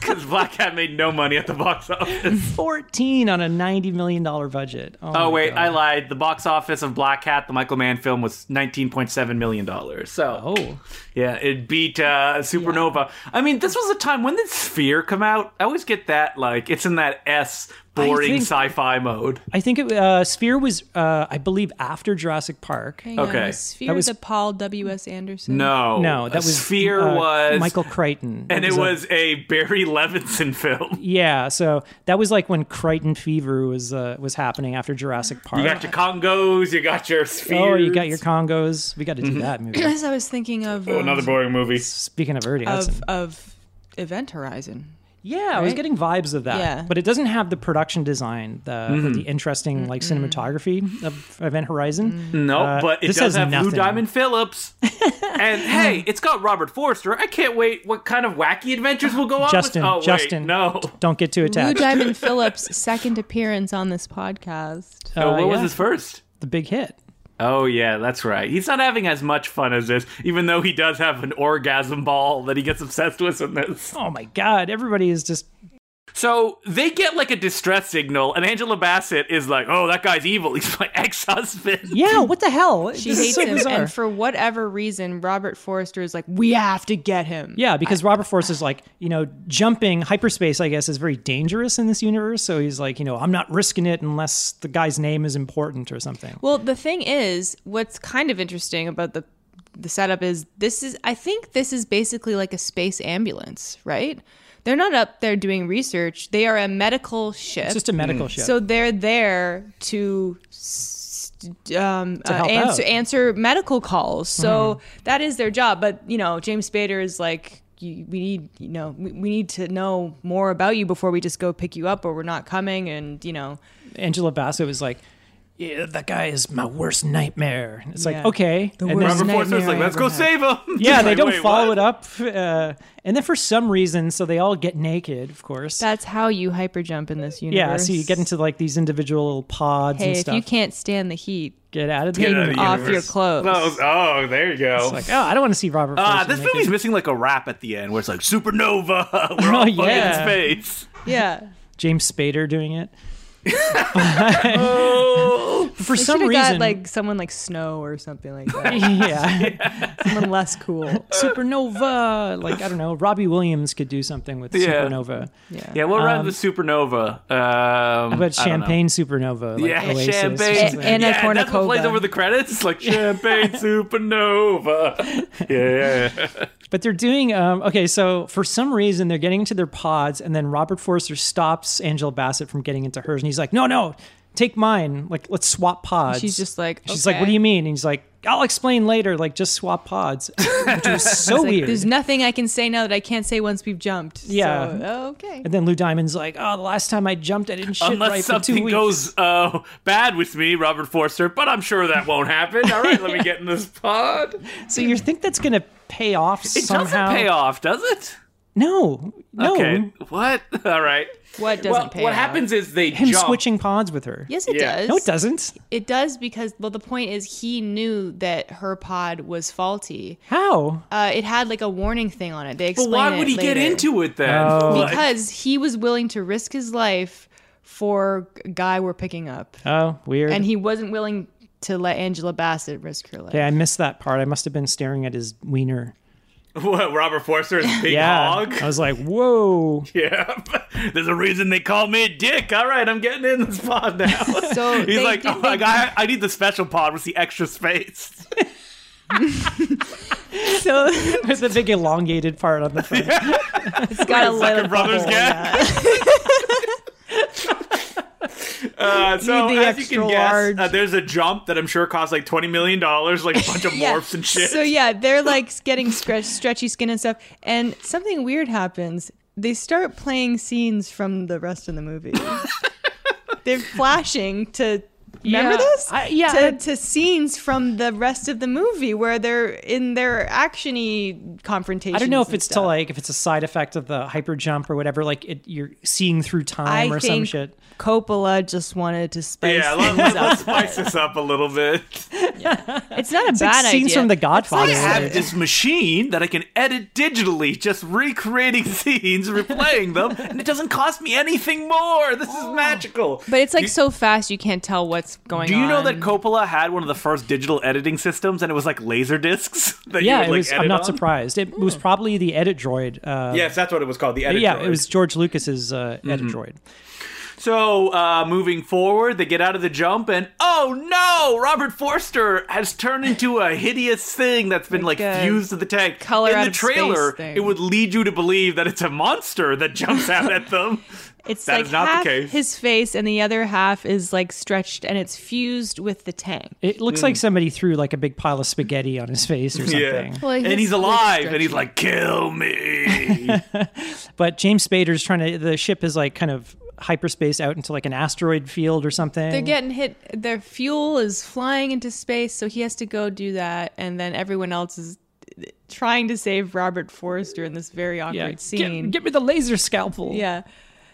Speaker 2: Because Black Hat made no money at the box office.
Speaker 3: 14 on a 90 million dollar budget. Oh,
Speaker 2: Oh
Speaker 3: my
Speaker 2: wait,
Speaker 3: God.
Speaker 2: I lied. The box office of Black Hat, the Michael Mann film, was nineteen point seven million dollars. So
Speaker 3: Oh.
Speaker 2: Yeah, it beat uh, Supernova. I mean, this was a time when did Sphere come out? I always get that like it's in that S boring
Speaker 3: think-
Speaker 2: sci-fi mode.
Speaker 3: I think it, uh, Sphere was, uh, I believe, after Jurassic Park.
Speaker 1: Hang on,
Speaker 2: Okay.
Speaker 1: is Sphere
Speaker 3: That was-
Speaker 1: the Paul W S Anderson.
Speaker 2: No,
Speaker 3: No, that was
Speaker 2: Sphere
Speaker 3: uh,
Speaker 2: was
Speaker 3: Michael uh, Crichton,
Speaker 2: and it
Speaker 3: a-
Speaker 2: was a Barry Levinson film.
Speaker 3: yeah. So that was like when Crichton fever was uh, was happening after Jurassic Park.
Speaker 2: You got your Congos, you got your Mm-hmm. Sphere.
Speaker 3: oh, you got your Congos. We got to do that movie.
Speaker 1: As I was thinking of um,
Speaker 2: Oh, another boring movie.
Speaker 3: Speaking of Ernie Hudson,
Speaker 1: of of Event Horizon.
Speaker 3: yeah, I was
Speaker 1: right?
Speaker 3: getting vibes of that.
Speaker 1: Yeah.
Speaker 3: but it doesn't have the production design, the
Speaker 2: Mm-hmm.
Speaker 3: or the interesting like cinematography of Event Horizon.
Speaker 2: No,
Speaker 3: Uh,
Speaker 2: but it
Speaker 3: this
Speaker 2: does
Speaker 3: has
Speaker 2: have Lou
Speaker 3: nothing.
Speaker 2: Diamond Phillips. and hey, it's got Robert Forster. I can't wait what kind of wacky adventures will go on
Speaker 3: Justin,
Speaker 2: with Oh, wait,
Speaker 3: Justin,
Speaker 2: no.
Speaker 3: Don't get too
Speaker 1: Blue
Speaker 3: attached.
Speaker 1: Diamond Phillips' second appearance on this podcast.
Speaker 2: oh,
Speaker 3: Uh,
Speaker 2: what was
Speaker 3: yeah,
Speaker 2: his first?
Speaker 3: The big hit.
Speaker 2: Oh yeah, that's right. He's not having as much fun as this, even though he does have an orgasm ball that he gets obsessed with in this.
Speaker 3: Oh my God! Everybody is just
Speaker 2: So they get like a distress signal, and Angela Bassett is like, "Oh, that guy's evil. He's my ex-husband."
Speaker 3: yeah. What the hell?
Speaker 1: She
Speaker 3: This is
Speaker 1: hates
Speaker 3: so
Speaker 1: him,
Speaker 3: bizarre.
Speaker 1: and for whatever reason, Robert Forrester is like, "We have to get him."
Speaker 3: Yeah, because Robert Force is like, you know, jumping hyperspace, I guess, is very dangerous in this universe. So he's like, you know, I'm not risking it unless the guy's name is important or something.
Speaker 1: Well, the thing is, what's kind of interesting about the the setup is this is I think this is basically like a space ambulance, right? They're not up there doing research. They are a medical ship.
Speaker 3: It's just a medical
Speaker 2: Mm.
Speaker 3: ship.
Speaker 1: So they're there to s- um, uh, answer,
Speaker 3: help out. Mm-hmm.
Speaker 1: answer medical calls. So that is their job. But you know, James Spader is like, you, we need you know we, we need to know more about you before we just go pick you up, or we're not coming. And you know,
Speaker 3: Angela Bassett was like, yeah, that guy is my worst nightmare. And It's like,
Speaker 1: Yeah.
Speaker 3: okay.
Speaker 4: The
Speaker 3: and then-
Speaker 4: worst
Speaker 2: Robert Forster's
Speaker 4: nightmare
Speaker 2: like,
Speaker 4: I
Speaker 2: let's
Speaker 4: ever
Speaker 2: go
Speaker 4: had.
Speaker 2: save him.
Speaker 3: yeah,
Speaker 2: Like,
Speaker 3: they don't
Speaker 2: wait,
Speaker 3: follow
Speaker 2: what?
Speaker 3: it up. Uh, and then for some reason, so they all get naked, of course.
Speaker 1: That's how you hyper jump in this universe.
Speaker 3: yeah, so you get into like these individual little pods
Speaker 1: Hey,
Speaker 3: and
Speaker 1: if
Speaker 3: stuff.
Speaker 1: you can't stand the heat,
Speaker 3: get out of the
Speaker 2: Get
Speaker 3: game.
Speaker 2: out of the
Speaker 1: off
Speaker 2: universe.
Speaker 1: your clothes.
Speaker 2: Clothes. Oh, there you go.
Speaker 3: It's like, oh, I don't want to see Robert.
Speaker 2: Ah,
Speaker 3: Forster
Speaker 2: this
Speaker 3: naked.
Speaker 2: movie's missing like a rap at the end where it's like supernova. We're all
Speaker 3: Oh,
Speaker 2: fucking
Speaker 3: yeah.
Speaker 2: in space.
Speaker 1: yeah.
Speaker 3: James Spader doing it.
Speaker 2: Oh,
Speaker 3: For
Speaker 1: They
Speaker 3: some
Speaker 1: should've
Speaker 3: reason,
Speaker 1: got like someone like Snow or something like that.
Speaker 3: yeah,
Speaker 1: someone less cool.
Speaker 3: supernova. Like I don't know, Robbie Williams could do something with
Speaker 2: Yeah.
Speaker 3: supernova,
Speaker 1: Yeah.
Speaker 2: yeah. What round the supernova? Um,
Speaker 3: but
Speaker 2: I don't know.
Speaker 3: champagne supernova. Like
Speaker 2: Yeah,
Speaker 3: Oasis or
Speaker 2: champagne.
Speaker 3: something.
Speaker 1: And a
Speaker 2: yeah, that's what plays
Speaker 1: cornucopia.
Speaker 2: over the credits. It's like champagne supernova. Yeah.
Speaker 3: But they're doing um, okay. So for some reason, they're getting into their pods, and then Robert Forster stops Angela Bassett from getting into hers, and he's like, "No, no, take mine. Like, let's swap pods."
Speaker 1: She's just like,
Speaker 3: she's like, "What do you mean?" And he's like, "I'll explain later. Like, just swap pods." Which was so
Speaker 1: It's like,
Speaker 3: Oh, weird.
Speaker 1: There's nothing I can say now that I can't say once we've jumped.
Speaker 3: Yeah.
Speaker 1: So, okay.
Speaker 3: And then Lou Diamond's like, "Oh, the last time I jumped, I didn't shit
Speaker 2: Unless
Speaker 3: right for two
Speaker 2: something
Speaker 3: weeks."
Speaker 2: goes uh, bad with me, Robert Forster, but I'm sure that won't happen. All right, let me get in this pod.
Speaker 3: so you think that's gonna pay off
Speaker 2: It
Speaker 3: somehow?
Speaker 2: doesn't pay off, does it?
Speaker 3: No, no.
Speaker 2: Okay. What? All right.
Speaker 1: What doesn't
Speaker 2: Well,
Speaker 1: pay
Speaker 2: what
Speaker 1: off?
Speaker 2: happens is they
Speaker 3: Him
Speaker 2: jump.
Speaker 3: switching pods with her.
Speaker 1: Yes, it
Speaker 2: Yeah.
Speaker 1: does.
Speaker 3: No, it doesn't.
Speaker 1: It does because well, the point is he knew that her pod was faulty.
Speaker 3: How?
Speaker 1: Uh, it had like a warning thing on it. They
Speaker 2: But
Speaker 1: explained.
Speaker 2: why would
Speaker 1: it
Speaker 2: he get
Speaker 1: later.
Speaker 2: into it then?
Speaker 3: Oh.
Speaker 2: Like-
Speaker 1: Because he was willing to risk his life for a guy we're picking up,
Speaker 3: Oh, weird.
Speaker 1: and he wasn't willing to let Angela Bassett risk her life.
Speaker 3: okay, I missed that part. I must have been staring at his wiener.
Speaker 2: What, Robert Forster is a big
Speaker 3: Yeah.
Speaker 2: hog?
Speaker 3: I was like, whoa.
Speaker 2: Yeah. There's a reason they call me Dick. All right, I'm getting in this pod now.
Speaker 1: So
Speaker 2: He's
Speaker 1: they
Speaker 2: like,
Speaker 1: did-
Speaker 2: oh, I, got- I need the special pod with the extra space.
Speaker 1: So
Speaker 3: With the big elongated part on the front.
Speaker 2: "Oh,
Speaker 1: it's got a little
Speaker 2: Your brother's
Speaker 1: bubble.
Speaker 2: get. Uh, so
Speaker 1: Need the
Speaker 2: as you can
Speaker 1: extra
Speaker 2: guess,
Speaker 1: large.
Speaker 2: uh, there's a jump that I'm sure cost like twenty million dollars, like a bunch of
Speaker 1: Yeah.
Speaker 2: morphs and shit.
Speaker 1: So yeah, they're like getting stretch, stretchy skin and stuff, and something weird happens. They start playing scenes from the rest of the movie. they're flashing to remember
Speaker 3: Yeah,
Speaker 1: this?
Speaker 3: I- yeah,
Speaker 1: to,
Speaker 3: I-
Speaker 1: to scenes from the rest of the movie where they're in their actiony confrontation.
Speaker 3: I don't know if it's to like if it's a side effect of the hyper jump or whatever, like it, you're seeing through time
Speaker 1: I
Speaker 3: or some
Speaker 1: think-
Speaker 3: shit.
Speaker 1: Coppola just wanted to spice
Speaker 2: yeah, let,
Speaker 1: things
Speaker 2: let,
Speaker 1: up.
Speaker 2: let's spice this up a little bit.
Speaker 1: It's not a
Speaker 3: It's like
Speaker 1: bad
Speaker 3: scenes
Speaker 1: idea.
Speaker 3: from The Godfather.
Speaker 2: I have this machine that I can edit digitally, just recreating scenes, replaying them, and it doesn't cost me anything more. This
Speaker 3: Oh.
Speaker 2: is magical.
Speaker 1: but it's like
Speaker 2: Do-
Speaker 1: so fast you can't tell what's going on.
Speaker 2: Do you know that Coppola had one of the first digital editing systems, and it was like laser discs? That you
Speaker 3: yeah,
Speaker 2: would,
Speaker 3: it
Speaker 2: like,
Speaker 3: was, I'm
Speaker 2: edit
Speaker 3: not
Speaker 2: on?
Speaker 3: surprised. It was probably the edit droid. Uh,
Speaker 2: Yes, that's what it was called. The editor.
Speaker 3: yeah, it was George Lucas's uh, edit
Speaker 2: Mm-hmm.
Speaker 3: droid.
Speaker 2: So uh, moving forward, they get out of the jump, and oh no, Robert Forster has turned into a hideous thing that's been like,
Speaker 1: Like a
Speaker 2: fused to the tank.
Speaker 1: color
Speaker 2: In
Speaker 1: out
Speaker 2: the
Speaker 1: of space
Speaker 2: trailer,
Speaker 1: thing.
Speaker 2: it would lead you to believe that it's a monster that jumps out at them.
Speaker 1: It's
Speaker 2: That
Speaker 1: like
Speaker 2: is not the
Speaker 1: half
Speaker 2: case.
Speaker 1: his face and the other half is like stretched and it's fused with the tank.
Speaker 3: It looks
Speaker 2: Mm.
Speaker 3: like somebody threw like a big pile of spaghetti on his face or something.
Speaker 1: Well, his
Speaker 2: and he's
Speaker 1: lip's
Speaker 2: alive, and
Speaker 1: stretchy.
Speaker 2: he's like, "Kill me!"
Speaker 3: But James Spader's trying to. The ship is like kind of hyperspace out into like an asteroid field or something.
Speaker 1: They're getting hit. Their fuel is flying into space, so he has to go do that. And then everyone else is trying to save Robert Forrester in this very awkward
Speaker 3: yeah,
Speaker 1: scene.
Speaker 3: Get, get me the laser scalpel.
Speaker 1: yeah.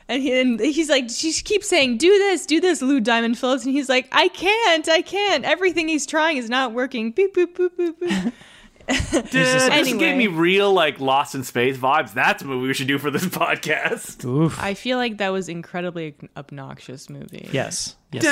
Speaker 1: And, he, and he's like, she keeps saying, do this, do this, Lou Diamond Phillips. And he's like, I can't, I can't. Everything he's trying is not working. Beep, boop, boop, boop, boop.
Speaker 2: Dude, This
Speaker 1: Anyway.
Speaker 2: gave me real like Lost in Space vibes. That's a movie we should do for this podcast.
Speaker 3: Oof.
Speaker 1: I feel like that was incredibly obnoxious movie.
Speaker 3: Yes. Yes. it was.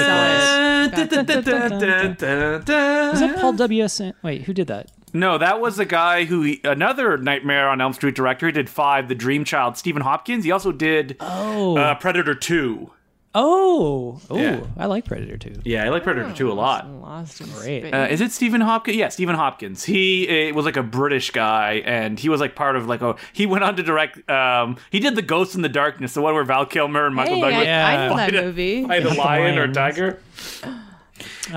Speaker 1: was.
Speaker 2: Dun, dun, dun, dun, dun, dun, dun.
Speaker 3: Is that Paul W. S. Wait, who did that?
Speaker 2: No, that was the guy who another Nightmare on Elm Street director. He did five, The Dream Child, Stephen Hopkins. He also did
Speaker 3: Oh.
Speaker 2: uh, Predator Two.
Speaker 3: oh. Oh.
Speaker 2: Yeah.
Speaker 3: I like Predator 2.
Speaker 2: Yeah, I like Predator Two a lot.
Speaker 1: Lost in
Speaker 3: Great.
Speaker 1: Space.
Speaker 2: Oh. Uh, is it Stephen Hopkins? Yeah, Stephen Hopkins. He uh, was like a British guy, and he was like part of like a. He went on to direct. Um, he did the Ghost in the Darkness, the one where Val Kilmer and Michael
Speaker 1: Hey, I, I
Speaker 2: Douglas
Speaker 1: know
Speaker 3: Yeah.
Speaker 1: that
Speaker 2: Fight a-
Speaker 1: movie. Um,
Speaker 2: fight a
Speaker 3: Yeah.
Speaker 2: lion or
Speaker 3: Lions.
Speaker 2: tiger.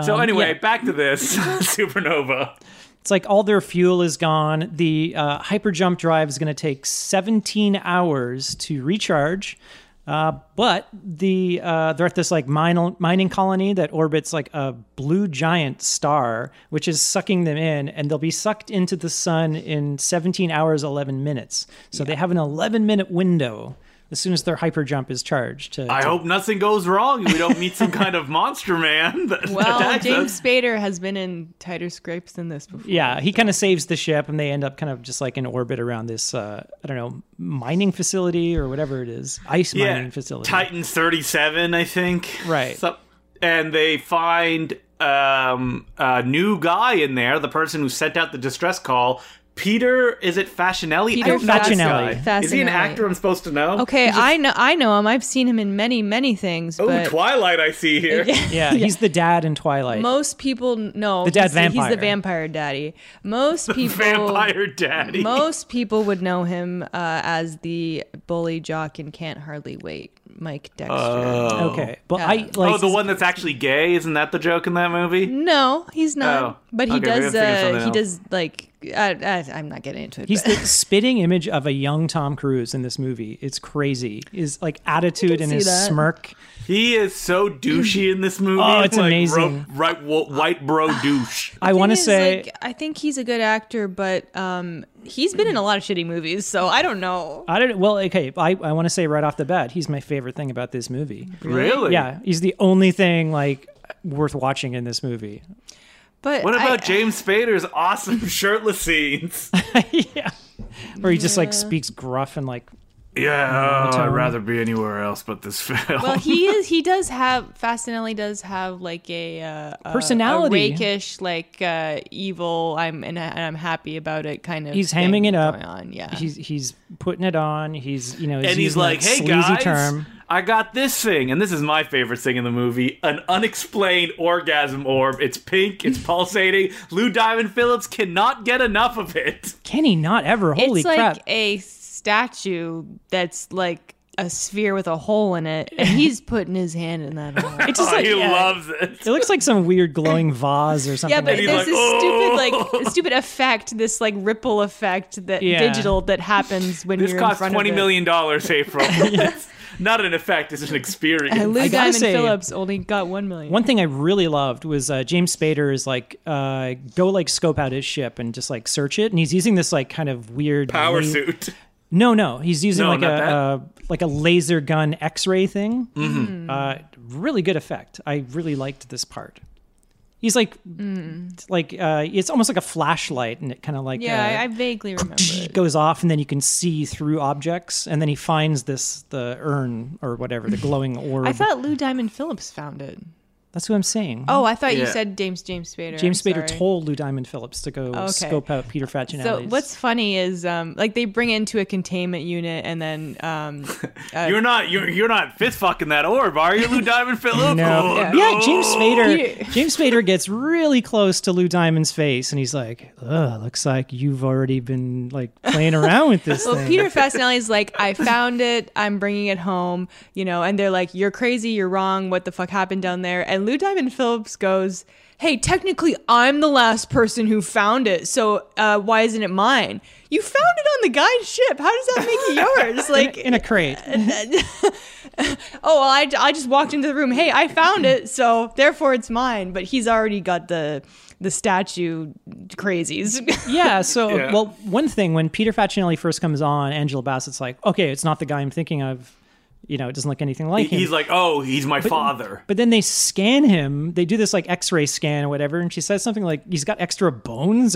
Speaker 2: So anyway,
Speaker 3: yeah.
Speaker 2: back to this supernova.
Speaker 3: It's like all their fuel is gone. The uh, hyper jump drive is going to take 17 hours to recharge. Uh, but the uh, they're at this like mine, mining colony that orbits like a blue giant star, which is sucking them in, and they'll be sucked into the sun in 17 hours 11 minutes. So they have an 11 minute window as soon as their hyper jump is charged. To,
Speaker 2: I
Speaker 3: to-
Speaker 2: hope nothing goes wrong. and We don't meet some kind of monster man. That
Speaker 1: Well,
Speaker 2: attacks
Speaker 1: James
Speaker 2: us.
Speaker 1: Spader has been in tighter scrapes than this before.
Speaker 3: Yeah, he kind of saves the ship, and they end up kind of just like in orbit around this uh, I don't know mining facility or whatever it is, ice
Speaker 2: yeah,
Speaker 3: mining facility.
Speaker 2: Titan thirty seven, I think.
Speaker 3: Right.
Speaker 2: So- and they find um, a new guy in there, the person who sent out the distress call. Peter, is it Fascinelli?
Speaker 1: Peter
Speaker 2: I don't know this
Speaker 3: Facinelli.
Speaker 2: guy. Is he an
Speaker 1: Facinelli.
Speaker 2: actor I'm supposed to know?
Speaker 1: Okay, I know I know him. I've seen him in many many things,
Speaker 2: Oh,
Speaker 1: but
Speaker 2: Twilight, I see here.
Speaker 3: Yeah, he's the dad in Twilight.
Speaker 1: most people know
Speaker 3: The dad
Speaker 1: he's, he's
Speaker 3: vampire.
Speaker 1: the vampire daddy. Most people
Speaker 2: Vampire Daddy.
Speaker 1: most people would know him uh, as the bully jock in Can't Hardly Wait, Mike Dexter.
Speaker 3: okay, but
Speaker 1: Yeah.
Speaker 3: I like
Speaker 2: oh, the one that's actually gay. Isn't that the joke in that movie?
Speaker 1: no, he's not.
Speaker 2: Oh,
Speaker 1: but he
Speaker 2: okay, we
Speaker 1: does.
Speaker 2: gotta figure something
Speaker 1: Uh, he
Speaker 2: out.
Speaker 1: does like I, I, I'm not getting into it.
Speaker 3: He's
Speaker 1: but
Speaker 3: the spitting image of a young Tom Cruise in this movie. It's crazy. His like attitude and
Speaker 1: see
Speaker 3: his
Speaker 1: that.
Speaker 3: smirk.
Speaker 2: He is so douchey in this movie.
Speaker 3: Oh, it's
Speaker 2: like,
Speaker 3: amazing.
Speaker 2: Ro- right, wo- white bro douche.
Speaker 3: I
Speaker 1: thing
Speaker 3: want to
Speaker 1: is,
Speaker 3: say
Speaker 1: like, I think he's a good actor, but um, he's been in a lot of shitty movies, so I don't know.
Speaker 3: I don't well okay, I, I want to say right off the bat, he's my favorite thing about this movie.
Speaker 2: Really?
Speaker 3: Yeah, he's the only thing like worth watching in this movie.
Speaker 1: But
Speaker 2: What
Speaker 1: I-
Speaker 2: about James Spader's awesome shirtless scenes?
Speaker 3: yeah. Where he just like speaks gruff and like
Speaker 2: Yeah,
Speaker 3: Tone.
Speaker 2: oh, I'd rather be anywhere else but this film.
Speaker 1: Well, he is. He does have. Fascinelli does have like a uh, a-
Speaker 3: Personality.
Speaker 1: a rakish, like uh, evil. I'm and, I, and I'm happy about it. Kind of.
Speaker 3: He's
Speaker 1: thing
Speaker 3: hamming it up.
Speaker 1: Going on. Yeah.
Speaker 3: he's he's putting it on. He's you know
Speaker 2: and he's
Speaker 3: using
Speaker 2: like,
Speaker 3: that
Speaker 2: "Hey
Speaker 3: sleazy
Speaker 2: guys,
Speaker 3: term.
Speaker 2: I got this thing, and this is my favorite thing in the movie: an unexplained orgasm orb. It's pink, it's pulsating. Lou Diamond Phillips cannot get enough of it.
Speaker 3: Can he not ever? Holy
Speaker 1: it's like
Speaker 3: crap!
Speaker 1: a statue that's like a sphere with a hole in it, and he's putting his hand in that hole.
Speaker 3: It's just
Speaker 2: Oh,
Speaker 3: like
Speaker 2: he
Speaker 3: yeah,
Speaker 2: loves it.
Speaker 3: It looks like some weird glowing vase or something.
Speaker 1: Yeah, but
Speaker 3: like
Speaker 2: he's
Speaker 1: there's
Speaker 2: like,
Speaker 3: that.
Speaker 1: this
Speaker 2: "Oh."
Speaker 1: stupid like stupid effect, this like ripple effect that
Speaker 3: Yeah.
Speaker 1: digital that happens when
Speaker 2: This
Speaker 1: you're
Speaker 2: costs
Speaker 1: in front
Speaker 2: twenty
Speaker 1: of it.
Speaker 2: million dollars, April. It's Not an effect; it's an experience.
Speaker 1: And Lou
Speaker 3: gotta
Speaker 1: Diamond
Speaker 3: say-
Speaker 1: Phillips only got one million.
Speaker 3: One thing I really loved was uh, James Spader is like uh, go like scope out his ship and just like search it, and he's using this like kind of weird
Speaker 2: Power
Speaker 3: la-
Speaker 2: suit.
Speaker 3: No, no, he's using
Speaker 2: No,
Speaker 3: like a
Speaker 2: not that.
Speaker 3: uh, like a laser gun X-ray thing.
Speaker 1: Mm.
Speaker 2: Mm-hmm.
Speaker 3: Uh, really good effect. I really liked this part. He's like,
Speaker 1: Mm.
Speaker 3: like uh, it's almost like a flashlight, and it kind of like
Speaker 1: yeah,
Speaker 3: uh,
Speaker 1: I, I vaguely remember. it.
Speaker 3: goes off and then you can see through objects and then he finds this the urn or whatever the glowing orb
Speaker 1: I thought Lou Diamond Phillips found it.
Speaker 3: that's what i'm saying
Speaker 1: Oh, I thought you
Speaker 2: Yeah.
Speaker 1: said James James Spader.
Speaker 3: james
Speaker 1: I'm
Speaker 3: spader
Speaker 1: sorry.
Speaker 3: told lou diamond phillips to go
Speaker 1: Okay.
Speaker 3: scope out peter Facinelli's.
Speaker 1: So what's funny is um like they bring into a containment unit and then um
Speaker 2: you're not you're you're not fist fucking that orb, are you, Lou Diamond Phillips?
Speaker 3: no.
Speaker 2: Oh,
Speaker 3: yeah. James Spader.
Speaker 1: Peter-
Speaker 3: James Spader gets really close to Lou Diamond's face, and he's like, "Ugh, looks like you've already been like playing around with this
Speaker 1: well
Speaker 3: thing."
Speaker 1: Peter Fasinelli's like I found it, I'm bringing it home, you know, and they're like you're crazy, you're wrong, what the fuck happened down there? And Lou Diamond Phillips goes, "Hey, technically I'm the last person who found it. So uh why isn't it mine? You found it on the guy's ship. How does that make it yours?" Like
Speaker 3: in a crate.
Speaker 1: oh well, I, I just walked into the room hey i found it so therefore it's mine but he's already got the the statue crazies
Speaker 3: yeah. So,
Speaker 2: Yeah.
Speaker 3: well, one thing when Peter Facinelli first comes on, Angela Bassett's like, "Okay, it's not the guy I'm thinking of." You know, it doesn't look anything like him.
Speaker 2: He's like, oh, he's my father.
Speaker 3: But then they scan him. They do this like X-ray scan or whatever, and she says something like, "He's got extra bones,"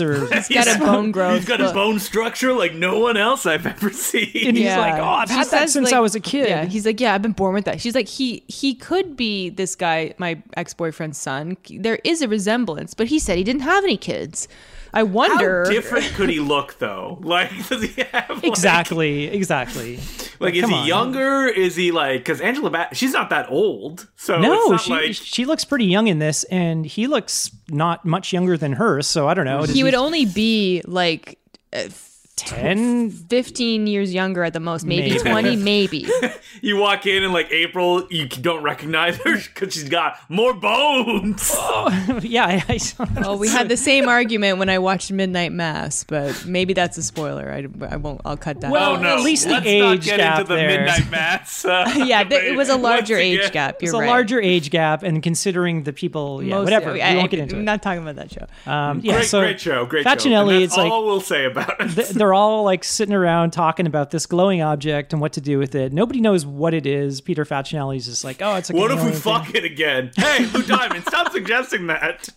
Speaker 3: or
Speaker 1: he's got a bone growth
Speaker 2: He's got his
Speaker 1: but-
Speaker 2: bone structure like no one else I've ever
Speaker 3: and
Speaker 2: seen.
Speaker 3: he's like, "Oh, I've
Speaker 1: She
Speaker 3: had that
Speaker 1: says,
Speaker 3: since
Speaker 1: like-
Speaker 3: I was a kid."
Speaker 1: Yeah, he's like, yeah, I've been born with that. She's like, he he could be this guy, my ex boyfriend's son. There is a resemblance, but he said he didn't have any kids. I wonder.
Speaker 2: How different could he look though? Like, does he have like,
Speaker 3: exactly, exactly.
Speaker 2: Like, is
Speaker 3: come
Speaker 2: he
Speaker 3: on.
Speaker 2: younger? Is he like? Because Angela, Bat- she's not that old, so it's
Speaker 3: No,
Speaker 2: not
Speaker 3: she
Speaker 2: like
Speaker 3: she looks pretty young in this, and he looks not much younger than her. So I don't know. Does
Speaker 1: he would only be like uh,
Speaker 3: ten.
Speaker 1: 15 years younger at the most, maybe,
Speaker 3: Maybe.
Speaker 1: 20, maybe.
Speaker 2: You walk in and like April, you don't recognize her because she's got more bones.
Speaker 3: yeah, I, I saw that.
Speaker 1: Oh, we had the same argument when I watched Midnight Mass, but maybe that's a spoiler. I, I won't, I'll cut that
Speaker 3: Well,
Speaker 1: out.
Speaker 3: no. at least the
Speaker 2: Oh, Let's
Speaker 3: age
Speaker 2: not get
Speaker 3: gap
Speaker 2: into the
Speaker 3: there.
Speaker 2: midnight mass. uh,
Speaker 1: Yeah, th- it was a
Speaker 2: debate
Speaker 1: larger
Speaker 2: once
Speaker 1: age
Speaker 2: again.
Speaker 1: gap. You're
Speaker 3: It's a
Speaker 1: right.
Speaker 3: larger age gap, and considering the people, yeah,
Speaker 1: Most-
Speaker 3: whatever. We
Speaker 1: I-
Speaker 3: won't get into
Speaker 1: I'm
Speaker 3: it.
Speaker 1: not talking about that show.
Speaker 3: Um, yeah,
Speaker 2: Great,
Speaker 3: so
Speaker 2: great show. Great show.
Speaker 3: Facinelli,
Speaker 2: And
Speaker 3: it's
Speaker 2: that's
Speaker 3: like
Speaker 2: all we'll say about it.
Speaker 3: th- they're all like sitting around talking about this glowing object and what to do with it. Nobody knows what it is. Peter Facinelli's just like, oh, it's a.
Speaker 2: what if we
Speaker 3: chameleon thing."
Speaker 2: fuck it again? Hey, Lou Diamond, stop suggesting that.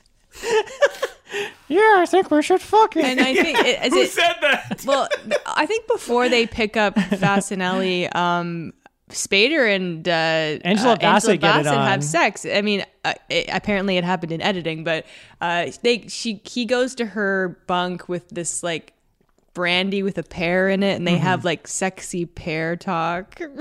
Speaker 3: Yeah, I think we should fuck it.
Speaker 1: and I think it, is
Speaker 2: Who
Speaker 1: it,
Speaker 2: said that?
Speaker 1: well, I think before they pick up Fasinelli, um, Spader and uh,
Speaker 3: Angela
Speaker 1: uh,
Speaker 3: Bassett get it
Speaker 1: Bassett
Speaker 3: on.
Speaker 1: have sex. I mean, uh, it, apparently it happened in editing, but uh, they she he goes to her bunk with this like brandy with a pear in it, and
Speaker 3: Mm-hmm.
Speaker 1: they have like sexy pear talk.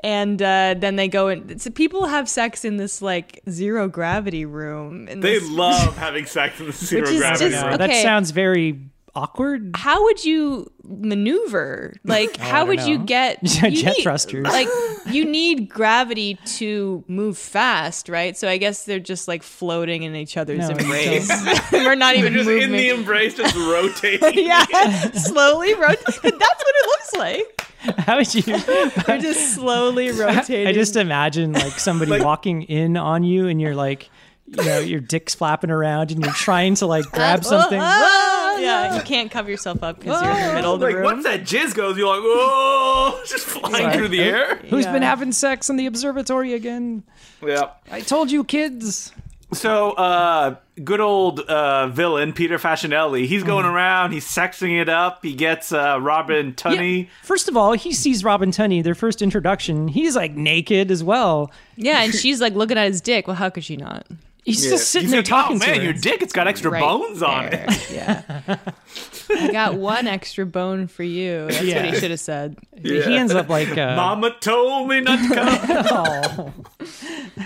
Speaker 1: And uh, then they go in. So people have sex in this like zero gravity room. In
Speaker 2: They
Speaker 1: this-
Speaker 2: love having sex in the zero
Speaker 1: Which is
Speaker 2: gravity
Speaker 1: just-
Speaker 2: room.
Speaker 3: Yeah, that
Speaker 1: okay.
Speaker 3: sounds very awkward.
Speaker 1: how would you maneuver? Like, how
Speaker 3: Oh, don't
Speaker 1: would you
Speaker 3: know.
Speaker 1: get
Speaker 3: Yeah,
Speaker 1: you
Speaker 3: jet
Speaker 1: need-
Speaker 3: thrusters.
Speaker 1: Like, you need gravity to move fast, right? So I guess they're just like floating in each other's
Speaker 3: No,
Speaker 1: embrace. We're not even
Speaker 2: Just in
Speaker 1: moving.
Speaker 2: the embrace, just rotating.
Speaker 1: yeah, slowly rotate. That's what it looks like.
Speaker 3: How would you?
Speaker 1: They're just slowly rotating.
Speaker 3: I just imagine like somebody walking in on you, and you're like, you know, your dick's flapping around, and you're trying to like grab
Speaker 1: Oh,
Speaker 3: something.
Speaker 1: Ah, yeah, you can't cover yourself up because you're
Speaker 3: Ah.
Speaker 1: in the middle of the
Speaker 2: Like
Speaker 1: room.
Speaker 2: once that jizz goes, you're like, whoa, just flying
Speaker 3: Sorry.
Speaker 2: through the air.
Speaker 3: Who's been
Speaker 1: Yeah.
Speaker 3: having sex in the observatory again?
Speaker 2: Yeah.
Speaker 3: I told you, kids.
Speaker 2: So, uh, good old uh, villain Peter Facinelli. He's going around. He's sexing it up. He gets uh, Robin Tunney.
Speaker 3: Yeah. First of all, he sees Robin Tunney, their first introduction. He's like naked as well.
Speaker 1: yeah, and she's like looking at his dick. Well, how could she not?
Speaker 3: He's
Speaker 2: Yeah.
Speaker 3: just sitting
Speaker 2: He's
Speaker 3: there
Speaker 2: like,
Speaker 3: talking
Speaker 2: Oh man,
Speaker 3: to her.
Speaker 2: your dick. It's got extra
Speaker 1: right
Speaker 2: bones on
Speaker 1: there.
Speaker 2: it.
Speaker 1: Yeah. I got one extra bone for you. That's what
Speaker 3: Yeah.
Speaker 1: he should have said.
Speaker 3: He ends up like uh,
Speaker 2: Mama told me not to come.
Speaker 3: Oh.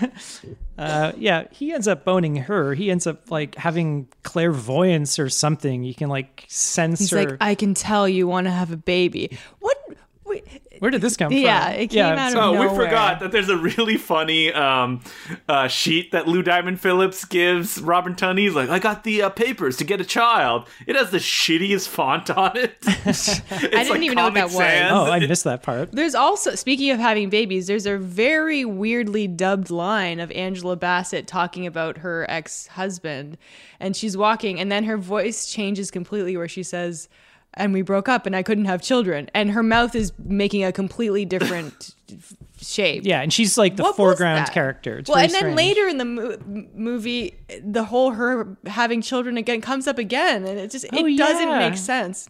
Speaker 3: Uh, yeah, he ends up boning her. He ends up like having clairvoyance or something. You can like sense
Speaker 1: He's
Speaker 3: her.
Speaker 1: like, I can tell you want to have a baby. What? Wait,
Speaker 3: Where did this come
Speaker 1: Yeah,
Speaker 3: from?
Speaker 1: it came out of
Speaker 2: Oh, we
Speaker 1: Nowhere.
Speaker 2: forgot that there's a really funny um, uh, sheet that Lou Diamond Phillips gives Robin Tunney. He's like, I got the uh, papers to get a child. It has the shittiest font on it. I
Speaker 1: didn't even know what that was.
Speaker 3: Oh, I missed that part.
Speaker 1: There's also, speaking of having babies, there's a very weirdly dubbed line of Angela Bassett talking about her ex husband. And she's walking, and then her voice changes completely where she says, And we broke up, and I couldn't have children. And her mouth is making a completely different shape.
Speaker 3: Yeah, and she's like the
Speaker 1: What was
Speaker 3: foreground
Speaker 1: that?
Speaker 3: character. It's
Speaker 1: well,
Speaker 3: very
Speaker 1: and then
Speaker 3: strange.
Speaker 1: later in the mo- m- movie, the whole her having children again comes up again, and it just it
Speaker 3: Oh,
Speaker 1: doesn't
Speaker 3: yeah.
Speaker 1: make sense.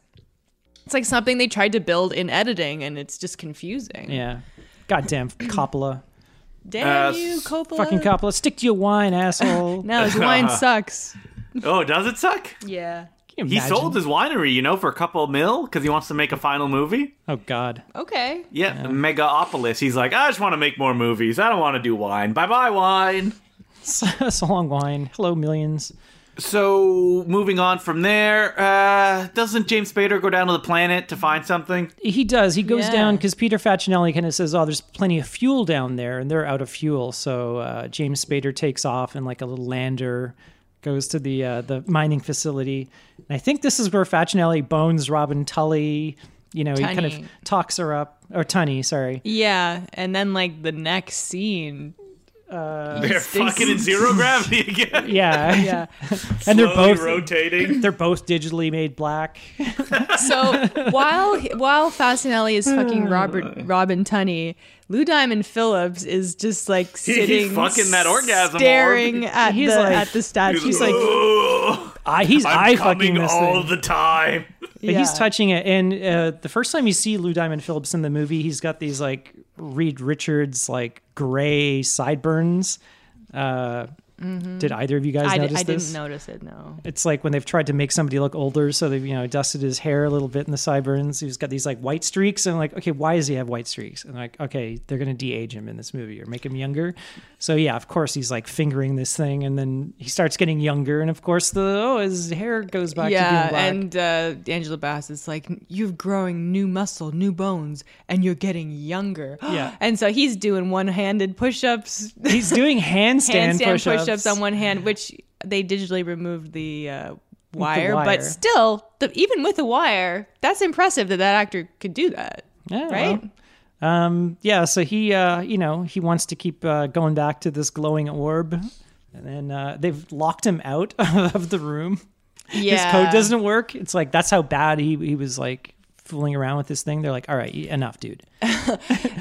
Speaker 1: It's like something they tried to build in editing, and it's just confusing.
Speaker 3: Yeah. Goddamn Coppola.
Speaker 1: Damn
Speaker 2: Uh,
Speaker 1: you, Coppola!
Speaker 3: Fucking Coppola. Stick to your wine, asshole.
Speaker 1: No, his wine sucks.
Speaker 2: oh, does it suck?
Speaker 1: Yeah.
Speaker 3: Can you
Speaker 2: He
Speaker 3: imagine?
Speaker 2: sold his winery, you know, for a couple mil because he wants to make a final movie.
Speaker 3: Oh god.
Speaker 1: Okay.
Speaker 2: Yeah, Megaopolis. He's like, I just want to make more movies. I don't want to do wine. Bye bye, wine.
Speaker 3: so long wine. Hello millions.
Speaker 2: So, moving on from there, uh, doesn't James Spader go down to the planet to find something?
Speaker 3: He does. He goes
Speaker 1: Yeah.
Speaker 3: down because Peter Facinelli kind of says, "Oh, there's plenty of fuel down there," and they're out of fuel. So uh, James Spader takes off in like a little lander, goes to the uh, the mining facility, and I think this is where Facinelli bones Robin Tully. You know, he kind
Speaker 1: Tunney.
Speaker 3: of talks her up, or Tunney, sorry.
Speaker 1: Yeah, and then like the next scene.
Speaker 2: They're fucking in zero gravity again.
Speaker 3: Yeah,
Speaker 1: Yeah.
Speaker 3: and they're
Speaker 2: Slowly
Speaker 3: both
Speaker 2: rotating.
Speaker 3: they're both digitally made black.
Speaker 1: So while while Fasinelli is fucking Robert Robin Tunney, Lou Diamond Phillips is just like
Speaker 2: he's
Speaker 1: sitting,
Speaker 2: fucking that orgasm
Speaker 1: staring at
Speaker 3: He's
Speaker 1: the
Speaker 3: like-
Speaker 1: at the statue. He's like,
Speaker 2: "Ugh,
Speaker 3: I, he's
Speaker 2: I'm
Speaker 3: eye fucking
Speaker 2: coming
Speaker 3: this
Speaker 2: all
Speaker 3: thing.
Speaker 2: the time.
Speaker 3: But he's
Speaker 1: Yeah.
Speaker 3: touching it, and uh, the first time you see Lou Diamond Phillips in the movie, he's got these like Reed Richards like gray sideburns. Uh, Did either of you
Speaker 1: Mm-hmm.
Speaker 3: guys
Speaker 1: I, d-
Speaker 3: notice
Speaker 1: I
Speaker 3: this?
Speaker 1: didn't notice it. No.
Speaker 3: It's like when they've tried to make somebody look older, so they've you know dusted his hair a little bit in the sideburns. He's got these like white streaks, and like, okay, why does he have white streaks? And like, okay, they're gonna de-age him in this movie or make him younger. So yeah, of course he's like fingering this thing, and then he starts getting younger, and of course the oh his hair goes back
Speaker 1: yeah,
Speaker 3: to being black.
Speaker 1: and uh, Angela Bass is like, "You're growing new muscle, new bones, and you're getting younger."
Speaker 3: Yeah.
Speaker 1: and so he's doing one-handed push-ups,
Speaker 3: he's doing handstand,
Speaker 1: handstand push-ups.
Speaker 3: push-ups.
Speaker 1: on one hand, which they digitally removed the uh, wire,
Speaker 3: wire.
Speaker 1: But still, the, even with the wire, that's impressive that that actor could do that.
Speaker 3: Yeah,
Speaker 1: right?
Speaker 3: well, um, yeah. So he, uh, you know, he wants to keep uh, going back to this glowing orb, and then uh, they've locked him out of the room.
Speaker 1: Yeah,
Speaker 3: His code doesn't work. It's like that's how bad he he was like fooling around with this thing. They're like, all right, e, enough, dude.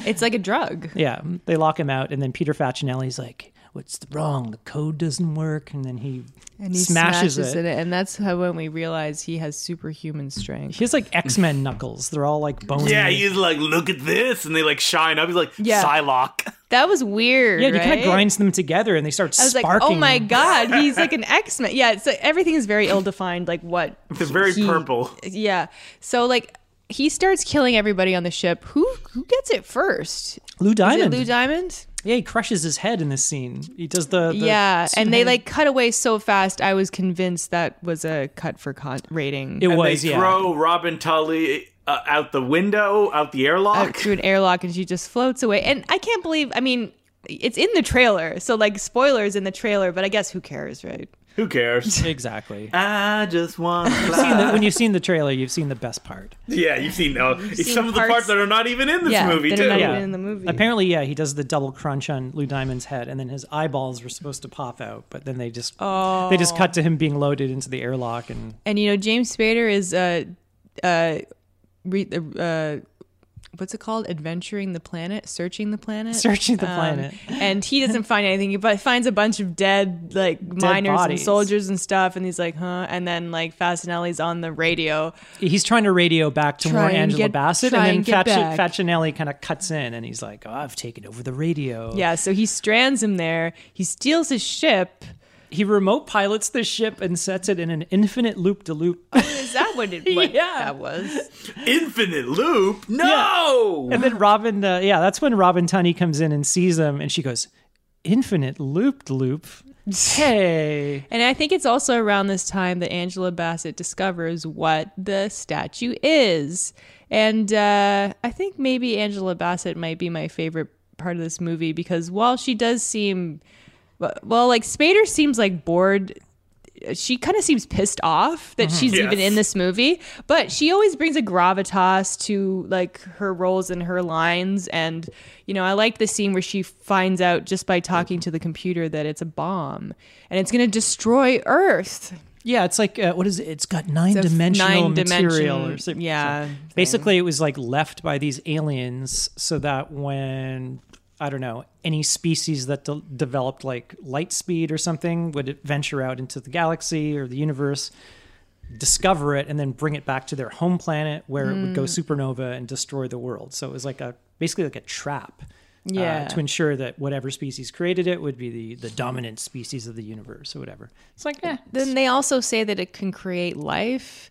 Speaker 1: It's like a drug.
Speaker 3: Yeah, they lock him out, and then Peter Facinelli's like. What's the wrong? The code doesn't work, and then he, smashes, it.
Speaker 1: and that's how when we realize he has superhuman strength.
Speaker 3: He has like X Men knuckles. They're all like bony.
Speaker 2: Yeah, he's like, look at this, and they like shine up. He's like,
Speaker 1: Yeah.
Speaker 2: Psylocke.
Speaker 1: That was weird.
Speaker 3: yeah. He kind
Speaker 1: right?
Speaker 3: of grinds them together, and they start
Speaker 1: I was
Speaker 3: sparking.
Speaker 1: like, oh my god, he's like an X Men. Yeah, so everything is very ill defined. Like what?
Speaker 2: They're very
Speaker 1: he-
Speaker 2: purple.
Speaker 1: Yeah. So like he starts killing everybody on the ship. Who who gets it first?
Speaker 3: Lou
Speaker 1: Is it
Speaker 3: Diamond.
Speaker 1: Lou Diamond?
Speaker 3: Yeah, he crushes his head in this scene. He does the, the
Speaker 1: yeah, and they like cut away so fast. I was convinced that was a cut for con- rating
Speaker 3: it
Speaker 2: And
Speaker 3: was
Speaker 2: they
Speaker 3: yeah.
Speaker 2: throw Robin Tully uh, out the window, out the
Speaker 1: uh,
Speaker 2: airlock.
Speaker 1: through an airlock, and she just floats away. And I can't believe. I mean, it's in the trailer, so like spoilers in the trailer. But I guess who cares, right?
Speaker 2: Who cares?
Speaker 3: exactly.
Speaker 2: I just want. to
Speaker 3: You've seen the-
Speaker 2: fly.
Speaker 3: when you've seen the trailer, you've seen the best part.
Speaker 2: yeah, you've seen, uh, it's
Speaker 1: seen
Speaker 2: some of the
Speaker 1: parts-
Speaker 2: parts that are not even in this
Speaker 1: Yeah,
Speaker 2: movie
Speaker 1: that
Speaker 2: too.
Speaker 1: are not
Speaker 3: Yeah.
Speaker 1: even in the movie.
Speaker 3: Apparently, yeah, he does the double crunch on Lou Diamond's head, and then his eyeballs were supposed to pop out, but then they just they just cut to him being loaded into the airlock, and
Speaker 1: And you know, James Spader is uh, uh, re- uh, what's it called? Adventuring the planet, searching the planet,
Speaker 3: Searching the
Speaker 1: Um,
Speaker 3: planet.
Speaker 1: and he doesn't find anything, but finds a bunch of dead like miners and
Speaker 3: bodies.
Speaker 1: soldiers and stuff. And he's like, huh? And then like Fasinelli's on the radio.
Speaker 3: he's trying to radio back to
Speaker 1: Try
Speaker 3: more
Speaker 1: and
Speaker 3: Angela
Speaker 1: get-
Speaker 3: Bassett,
Speaker 1: try
Speaker 3: and
Speaker 1: and
Speaker 3: then
Speaker 1: get
Speaker 3: Faci-
Speaker 1: back.
Speaker 3: Facinelli kind of cuts in, and he's like, "Oh, I've taken over the radio."
Speaker 1: Yeah, so he strands him there. He steals his ship.
Speaker 3: he remote pilots the ship and sets it in an infinite loop de loop
Speaker 1: Is that what it? What
Speaker 3: Yeah.
Speaker 1: that was.
Speaker 2: Infinite loop. No.
Speaker 3: And then Robin, uh, yeah, that's when Robin Tunney comes in and sees them, and she goes, "Infinite loop loop." Hey,
Speaker 1: And I think it's also around this time that Angela Bassett discovers what the statue is. And uh, I think maybe Angela Bassett might be my favorite part of this movie because while she does seem, well, like Spader seems like bored. She kind of seems pissed off that she's
Speaker 2: Yes.
Speaker 1: even in this movie, but she always brings a gravitas to like her roles and her lines. And you know, I like the scene where she finds out just by talking to the computer that it's a bomb and it's going to destroy Earth.
Speaker 3: yeah, it's like uh, what is it? It's got nine
Speaker 1: The f-
Speaker 3: dimensional
Speaker 1: nine
Speaker 3: material,
Speaker 1: dimension-
Speaker 3: or something.
Speaker 1: yeah,
Speaker 3: Basically, it was like left by these aliens so that when I don't know any species that de- developed like light speed or something would venture out into the galaxy or the universe. Discover it and then bring it back to their home planet where it would go
Speaker 1: Mm.
Speaker 3: supernova and destroy the world. So it was like a basically like a trap. uh,
Speaker 1: Yeah.
Speaker 3: to ensure that whatever species created it would be the, the dominant species of the universe or whatever. It's like, eh.
Speaker 1: Then they also say that it can create life.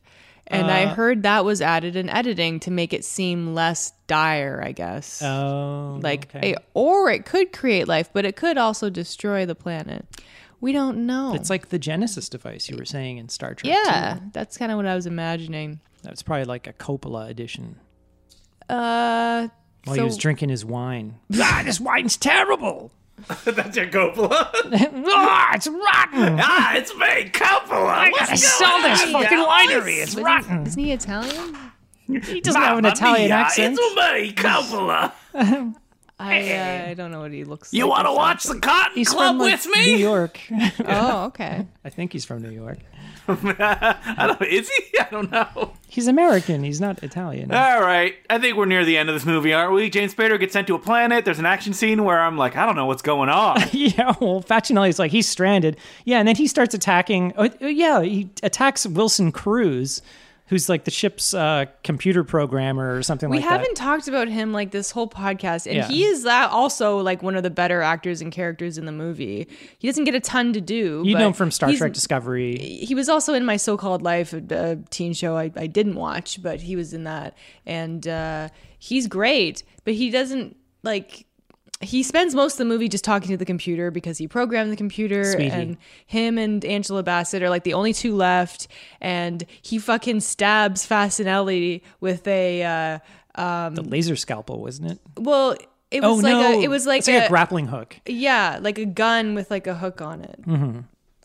Speaker 1: And I heard that was added in editing to make it seem less dire, I guess.
Speaker 3: Oh,
Speaker 1: like
Speaker 3: okay.
Speaker 1: it, or it could create life, but it could also destroy the planet. We don't know.
Speaker 3: it's like the Genesis device you were saying in Star Trek.
Speaker 1: yeah, that's kind of what I was imagining.
Speaker 3: That's probably like a Coppola edition.
Speaker 1: Uh,
Speaker 3: While
Speaker 1: so
Speaker 3: he was drinking his wine. ah, this wine's terrible.
Speaker 2: That's your Coppola.
Speaker 3: ah, it's rotten.
Speaker 2: ah, it's me, Coppola. I
Speaker 3: I sell this fucking winery. It's rotten.
Speaker 1: isn't he Italian?
Speaker 3: He doesn't have an Italian accent.
Speaker 2: me, Coppola.
Speaker 1: I uh, I don't know what he looks
Speaker 2: You
Speaker 1: like.
Speaker 2: want to watch the Cotton
Speaker 3: He's
Speaker 2: Club
Speaker 3: from like,
Speaker 2: with me?
Speaker 3: New York.
Speaker 1: Oh, okay.
Speaker 3: I think he's from New York.
Speaker 2: I don't. Is he? I don't know.
Speaker 3: He's American. He's not Italian.
Speaker 2: All right. I think we're near the end of this movie, aren't we? James Spader gets sent to a planet. There's an action scene where I'm like, I don't know what's going on.
Speaker 3: Yeah, well, Facinelli's like he's oh, stranded. Yeah, and then he starts attacking. Oh, yeah, he attacks Wilson Cruz, who's like the ship's uh, computer programmer or something
Speaker 1: We
Speaker 3: like
Speaker 1: haven't
Speaker 3: that.
Speaker 1: talked about him like this whole podcast, and
Speaker 3: Yeah.
Speaker 1: he is that also like one of the better actors and characters in the movie. He doesn't get a ton to do.
Speaker 3: You
Speaker 1: but
Speaker 3: know him from Star
Speaker 1: he's-
Speaker 3: Trek Discovery.
Speaker 1: He was also in my so-called life, a- a teen show I, I didn't watch, but he was in that, and uh, he's great. But he doesn't like. He spends most of the movie just talking to the computer because he programmed the computer,
Speaker 3: Sweetie.
Speaker 1: and him and Angela Bassett are like the only two left. And he fucking stabs Fasinelli with a. Uh,
Speaker 3: The laser scalpel, wasn't it?
Speaker 1: well, it
Speaker 3: Oh
Speaker 1: was like
Speaker 3: no!
Speaker 1: a, it was like,
Speaker 3: it's like a,
Speaker 1: a,
Speaker 3: grappling hook.
Speaker 1: yeah, like a gun with like a hook on it. Mm-hmm.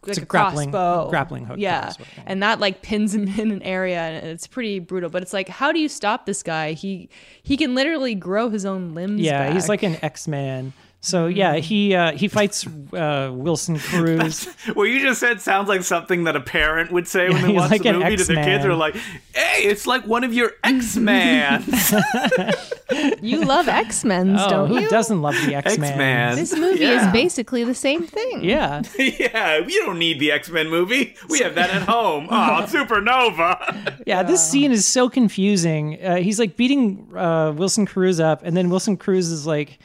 Speaker 1: Like
Speaker 3: a grappling-
Speaker 1: crossbow.
Speaker 3: grappling hook
Speaker 1: Yeah.
Speaker 3: is what I mean.
Speaker 1: And that like pins him in an area and it's pretty brutal. But it's like, how do you stop this guy? He he can literally grow his own limbs.
Speaker 3: Yeah,
Speaker 1: back.
Speaker 3: he's
Speaker 1: Mm.
Speaker 3: like an X Man. So yeah, he uh, he fights uh, Wilson Cruz.
Speaker 2: What you just said sounds like something that a parent would say when they
Speaker 3: he's
Speaker 2: watch
Speaker 3: like
Speaker 2: the
Speaker 3: an
Speaker 2: movie to their
Speaker 3: X-Man.
Speaker 2: kids. They're like, "Hey, it's like one of your X Men."
Speaker 1: you love X Men,
Speaker 3: oh,
Speaker 1: don't
Speaker 3: who
Speaker 1: you?
Speaker 3: doesn't love the X
Speaker 2: X
Speaker 3: Man?
Speaker 2: Man.
Speaker 1: This movie
Speaker 2: Yeah.
Speaker 1: is basically the same thing.
Speaker 3: Yeah,
Speaker 2: yeah, we don't need the X Men movie. We have that at home. Oh, Supernova.
Speaker 3: yeah. This scene is so confusing. Uh, he's like beating uh, Wilson Cruz up, and then Wilson Cruz is like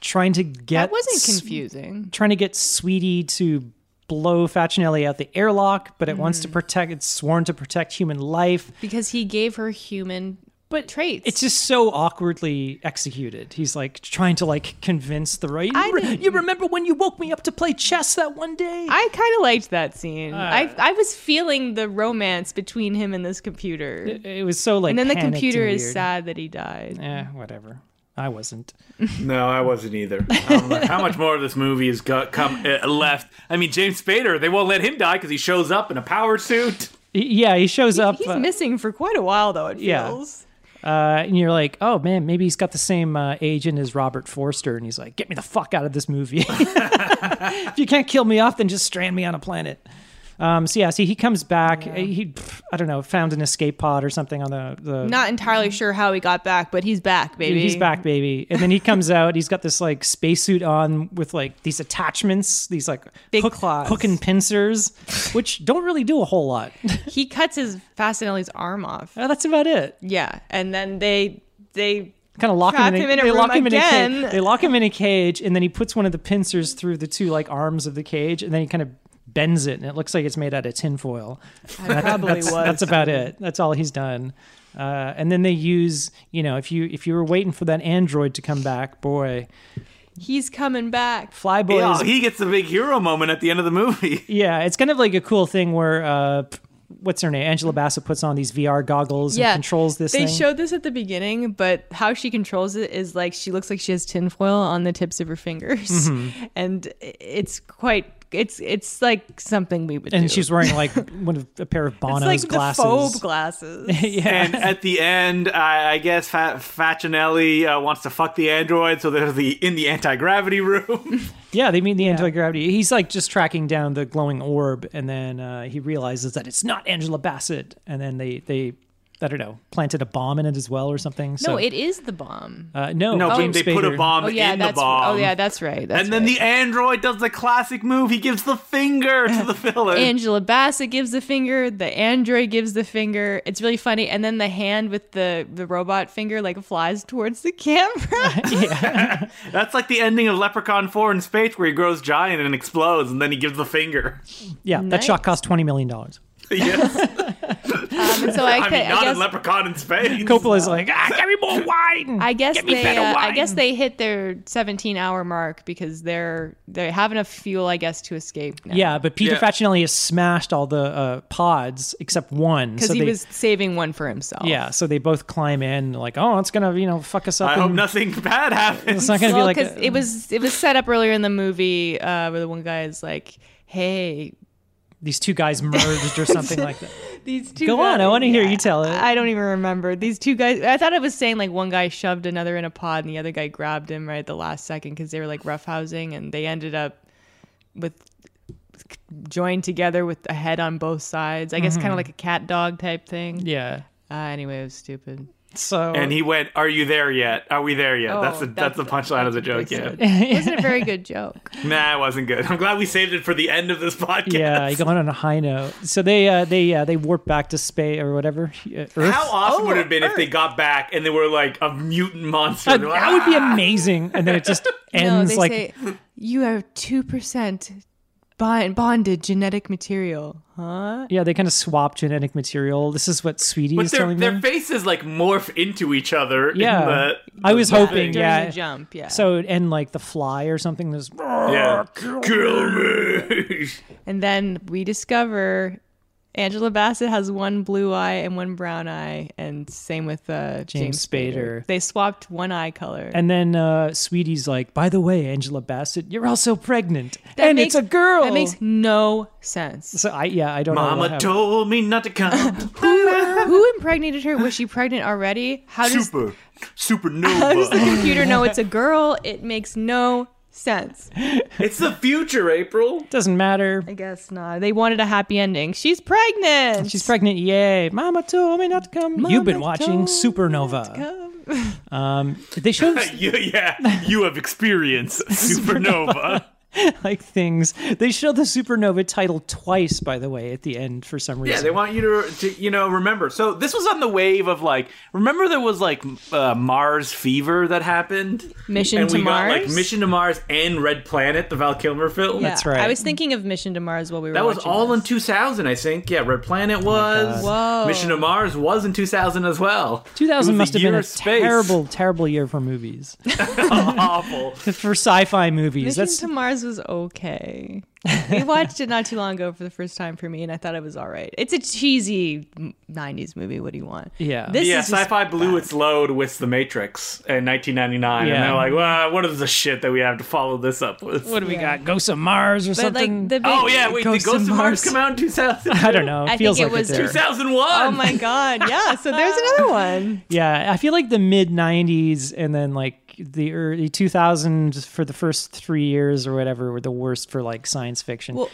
Speaker 3: trying to get
Speaker 1: That wasn't
Speaker 3: s-
Speaker 1: confusing.
Speaker 3: trying to get Sweetie to blow Facinelli out the airlock,
Speaker 1: Mm.
Speaker 3: but it wants to protect. It's sworn to protect human life.
Speaker 1: Because he gave her human but traits.
Speaker 3: It's just so awkwardly executed. He's like trying to like convince the right.
Speaker 1: I
Speaker 3: You, re-
Speaker 1: didn't-
Speaker 3: you remember when you woke me up to play chess that one day?
Speaker 1: I kind of liked that scene.
Speaker 3: Uh,
Speaker 1: I I was feeling the romance between him and this computer.
Speaker 3: it was so like.
Speaker 1: and then the
Speaker 3: panicked
Speaker 1: computer
Speaker 3: and
Speaker 1: is
Speaker 3: weird.
Speaker 1: sad that he died.
Speaker 3: Eh, whatever. I wasn't.
Speaker 2: No, I wasn't either. I'm like, how much more of this movie is go- come uh, left? I mean, James Spader. They won't let him die because he shows up in a power suit.
Speaker 3: Y- Yeah, he shows up.
Speaker 1: He's
Speaker 3: uh,
Speaker 1: missing for quite a while though. It
Speaker 3: yeah.
Speaker 1: feels.
Speaker 3: uh, and you're like, oh man, maybe he's got the same uh, agent as Robert Forster, and he's like, get me the fuck out of this movie. if you can't kill me off, then just strand me on a planet. Um, so yeah, see, he comes back. He, pff, I don't know, found an escape pod or something on the the.
Speaker 1: Not entirely sure how he got back, but he's back, baby.
Speaker 3: He's back, baby. And then he comes out. He's got this like spacesuit on with like these attachments, these like
Speaker 1: Big
Speaker 3: hook,
Speaker 1: claws.
Speaker 3: hook and pincers, which don't really do a whole lot.
Speaker 1: He cuts his Fasinelli's arm off.
Speaker 3: Uh, That's about it.
Speaker 1: Yeah, and then they they
Speaker 3: kind of lock
Speaker 1: Trap
Speaker 3: him in a,
Speaker 1: him in a
Speaker 3: they
Speaker 1: room
Speaker 3: lock him in a
Speaker 1: again.
Speaker 3: cage. They lock him in a cage, and then he puts one of the pincers through the two like arms of the cage, and then he kind of bends it, and it looks like it's made out of tinfoil.
Speaker 1: I probably was.
Speaker 3: That's, that's about it. That's all he's done. Uh, and then they use, you know, if you if you were waiting for that android to come back, boy,
Speaker 1: He's coming back.
Speaker 3: Flyboy
Speaker 2: Yeah,
Speaker 3: is
Speaker 2: he gets the big hero moment at the end of the movie.
Speaker 3: Yeah, it's kind of like a cool thing where uh, p- what's her name? Angela Bassett puts on these VR goggles
Speaker 1: Yeah,
Speaker 3: and controls this
Speaker 1: They
Speaker 3: thing.
Speaker 1: showed this at the beginning, but how she controls it is like she looks like she has tinfoil on the tips of her fingers,
Speaker 3: Mm-hmm.
Speaker 1: and it's quite. It's it's like something we would do.
Speaker 3: and she's wearing like one of a pair of
Speaker 1: it's
Speaker 3: Bono's
Speaker 1: like the
Speaker 3: glasses.
Speaker 1: phobe glasses.
Speaker 3: yeah.
Speaker 2: And at the end, I, I guess Fa- Facinelli uh, wants to fuck the android, so they're the in the anti gravity room.
Speaker 3: yeah, they meet the anti-gravity. He's like just tracking down the glowing orb and then uh, he realizes that it's not Angela Bassett and then they they I don't know, planted a bomb in it as well or something.
Speaker 1: No,
Speaker 3: so,
Speaker 1: it is the bomb.
Speaker 3: uh, no,
Speaker 2: no,
Speaker 3: James
Speaker 2: they put a
Speaker 3: Spader.
Speaker 2: bomb
Speaker 1: oh yeah,
Speaker 2: in the
Speaker 1: that's
Speaker 2: bomb.
Speaker 1: oh yeah, that's right. That's
Speaker 2: and then the android does the classic move. He gives the finger to the villain.
Speaker 1: Angela Bassett gives the finger, the android gives the finger. It's really funny. And then the hand with the the robot finger like flies towards the camera.
Speaker 2: That's like the ending of Leprechaun 4 in space, where he grows giant and explodes, and then he gives the finger.
Speaker 3: Yeah, that
Speaker 1: Nice.
Speaker 3: shot cost 20 million dollars.
Speaker 2: yes.
Speaker 1: Um, and so I,
Speaker 2: I
Speaker 1: could-
Speaker 2: mean,
Speaker 1: I
Speaker 2: not
Speaker 1: guess
Speaker 2: in Leprechaun in space.
Speaker 3: Coppola's like, "Ah, give me more wine."
Speaker 1: I guess
Speaker 3: Give me
Speaker 1: they
Speaker 3: better
Speaker 1: uh, I
Speaker 3: wine."
Speaker 1: guess they hit their 17 hour mark because they're they have enough fuel I guess to escape. Now.
Speaker 3: Yeah, but Peter
Speaker 2: Yeah.
Speaker 3: Facinelli has smashed all the uh, pods except one.
Speaker 1: Because
Speaker 3: so
Speaker 1: he
Speaker 3: they,
Speaker 1: was saving one for himself.
Speaker 3: yeah, so they both climb in like, oh, it's gonna you know fuck us up.
Speaker 2: I hope
Speaker 3: and
Speaker 2: nothing bad happens.
Speaker 3: It's not gonna
Speaker 1: Well,
Speaker 3: be
Speaker 1: because
Speaker 3: like um,
Speaker 1: it was it was set up earlier in the movie uh, where the one guy is like, "Hey,
Speaker 3: these two guys merged or something like that.
Speaker 1: these two
Speaker 3: Go on, I
Speaker 1: guys-
Speaker 3: want to hear you tell it.
Speaker 1: I don't even remember. These two guys, I thought it was saying like one guy shoved another in a pod and the other guy grabbed him right at the last second because they were like roughhousing and they ended up with joined together with a head on both sides. I guess kind of like a cat dog type thing.
Speaker 3: Mm-hmm. yeah,
Speaker 1: Uh, anyway, it was stupid.
Speaker 3: So
Speaker 2: And he went, "Are you there yet? Are we there yet?"
Speaker 1: Oh,
Speaker 2: that's the
Speaker 1: that's-
Speaker 2: that's, the punchline of the joke. Yeah.
Speaker 1: Wasn't a very good joke.
Speaker 2: Nah, it wasn't good. I'm glad we saved it for the end of this podcast.
Speaker 3: yeah, you going on a high note. So they uh, they uh, they warp back to space or whatever. uh, Earth.
Speaker 2: How awesome
Speaker 1: Oh,
Speaker 2: would it have been if they
Speaker 1: Earth.
Speaker 2: got back and they were like a mutant monster?
Speaker 3: Uh,
Speaker 2: They're like,
Speaker 3: that would be
Speaker 2: "Ah!"
Speaker 3: amazing. And then it just
Speaker 1: No,
Speaker 3: ends
Speaker 1: they
Speaker 3: like
Speaker 1: say you are two percent bond- bonded genetic material, huh?
Speaker 3: yeah, they kind of swap genetic material. This is what Sweetie
Speaker 2: But
Speaker 3: is
Speaker 2: their,
Speaker 3: telling
Speaker 2: their
Speaker 3: me.
Speaker 2: faces like morph into each other. in
Speaker 3: Yeah.
Speaker 2: the-
Speaker 3: I was
Speaker 2: the
Speaker 3: hoping,
Speaker 2: thing.
Speaker 1: During
Speaker 3: yeah.
Speaker 1: the jump, yeah.
Speaker 3: so and like the fly or something. There's
Speaker 2: Yeah. Kill me.
Speaker 1: and then we discover Angela Bassett has one blue eye and one brown eye, and same with uh,
Speaker 3: James
Speaker 1: James,
Speaker 3: Spader.
Speaker 1: They swapped one eye color.
Speaker 3: and then uh, Sweetie's like, by the way, Angela Bassett, you're also pregnant,
Speaker 1: That
Speaker 3: and
Speaker 1: makes-
Speaker 3: it's a girl.
Speaker 1: That makes no sense.
Speaker 3: so I yeah I don't know. what
Speaker 2: Mama
Speaker 3: happened.
Speaker 2: told me not to come.
Speaker 1: Who impregnated her? Was she pregnant already? How does
Speaker 2: super,
Speaker 1: how does the
Speaker 2: supernova.
Speaker 1: computer know it's a girl? It makes no sense.
Speaker 2: it's the future, April.
Speaker 3: Doesn't matter.
Speaker 1: I guess not. They wanted a happy ending. She's pregnant.
Speaker 3: She's pregnant. Yay. Mama told me not to come. You've been
Speaker 1: Mama
Speaker 3: watching
Speaker 1: told
Speaker 3: Supernova.
Speaker 1: Come.
Speaker 3: Um, they show
Speaker 2: You- yeah, you have experienced supernova.
Speaker 3: like things. They show the Supernova title twice, by the way, at the end for some reason.
Speaker 2: Yeah, they want you to, to, you know, remember. So this was on the wave of like, remember there was like m- uh, Mars fever that happened.
Speaker 1: Mission
Speaker 2: and
Speaker 1: to
Speaker 2: we got like
Speaker 1: Mars?
Speaker 2: Mission to Mars and Red Planet, the Val Kilmer film.
Speaker 1: Yeah,
Speaker 3: That's right.
Speaker 1: I was thinking of Mission to Mars while we were
Speaker 2: That was
Speaker 1: watching
Speaker 2: all
Speaker 1: this.
Speaker 2: in 2000, I think. Yeah, Red Planet was.
Speaker 1: Whoa.
Speaker 2: Mission to Mars was in 2000 as well.
Speaker 3: 2000
Speaker 2: It was
Speaker 3: must
Speaker 2: the
Speaker 3: have been
Speaker 2: year
Speaker 3: a
Speaker 2: of space.
Speaker 3: terrible, terrible year for movies,
Speaker 2: Awful.
Speaker 3: for sci-fi movies.
Speaker 1: Mission
Speaker 3: That's
Speaker 1: to Mars was okay. We watched it not too long ago for the first time for me, and I thought it was all right. It's a cheesy '90s movie. What do you want?
Speaker 3: Yeah.
Speaker 1: this
Speaker 2: yeah,
Speaker 1: is just-
Speaker 2: sci-fi blew its load with The Matrix in 1999,
Speaker 3: Yeah.
Speaker 2: and they're like, "Well, what is the shit that we have to follow this up with?"
Speaker 3: what do we
Speaker 1: Yeah.
Speaker 3: got? Ghosts of Mars or
Speaker 1: But
Speaker 3: something?
Speaker 1: like the big,
Speaker 2: oh yeah, wait,
Speaker 3: Ghosts
Speaker 2: did Ghost
Speaker 3: of
Speaker 2: of Mars
Speaker 3: Mars.
Speaker 2: come out in 2000?
Speaker 3: I don't know. It
Speaker 1: I think
Speaker 3: feels
Speaker 1: it
Speaker 3: like
Speaker 1: was
Speaker 3: did.
Speaker 2: 2001.
Speaker 1: Oh my god, yeah. So there's another one.
Speaker 3: Yeah, I feel like the mid '90s and then like the early 2000s for the first three years or whatever were the worst for like science fiction.
Speaker 1: Well,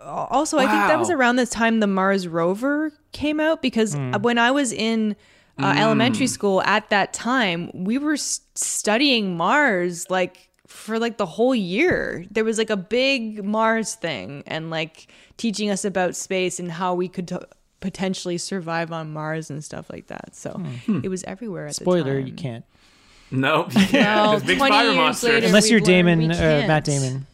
Speaker 1: also i think that was
Speaker 2: Wow.
Speaker 1: around the time the mars rover came out because uh,
Speaker 3: Mm.
Speaker 1: when i was in uh, elementary school at that time we were s- studying mars like for like the whole year there was like a big mars thing and like teaching us about space and how we could t- potentially survive on mars and stuff like that so it was everywhere at
Speaker 3: Hmm. Spoiler:
Speaker 1: the
Speaker 3: you can't
Speaker 2: No, yeah,
Speaker 1: Well,
Speaker 2: there's big
Speaker 1: 20
Speaker 2: spider
Speaker 1: years
Speaker 2: monsters.
Speaker 1: later-
Speaker 3: unless
Speaker 1: we've
Speaker 3: you're
Speaker 1: learned
Speaker 3: Damon
Speaker 1: we
Speaker 3: or Matt
Speaker 1: can't. Uh,
Speaker 3: Damon.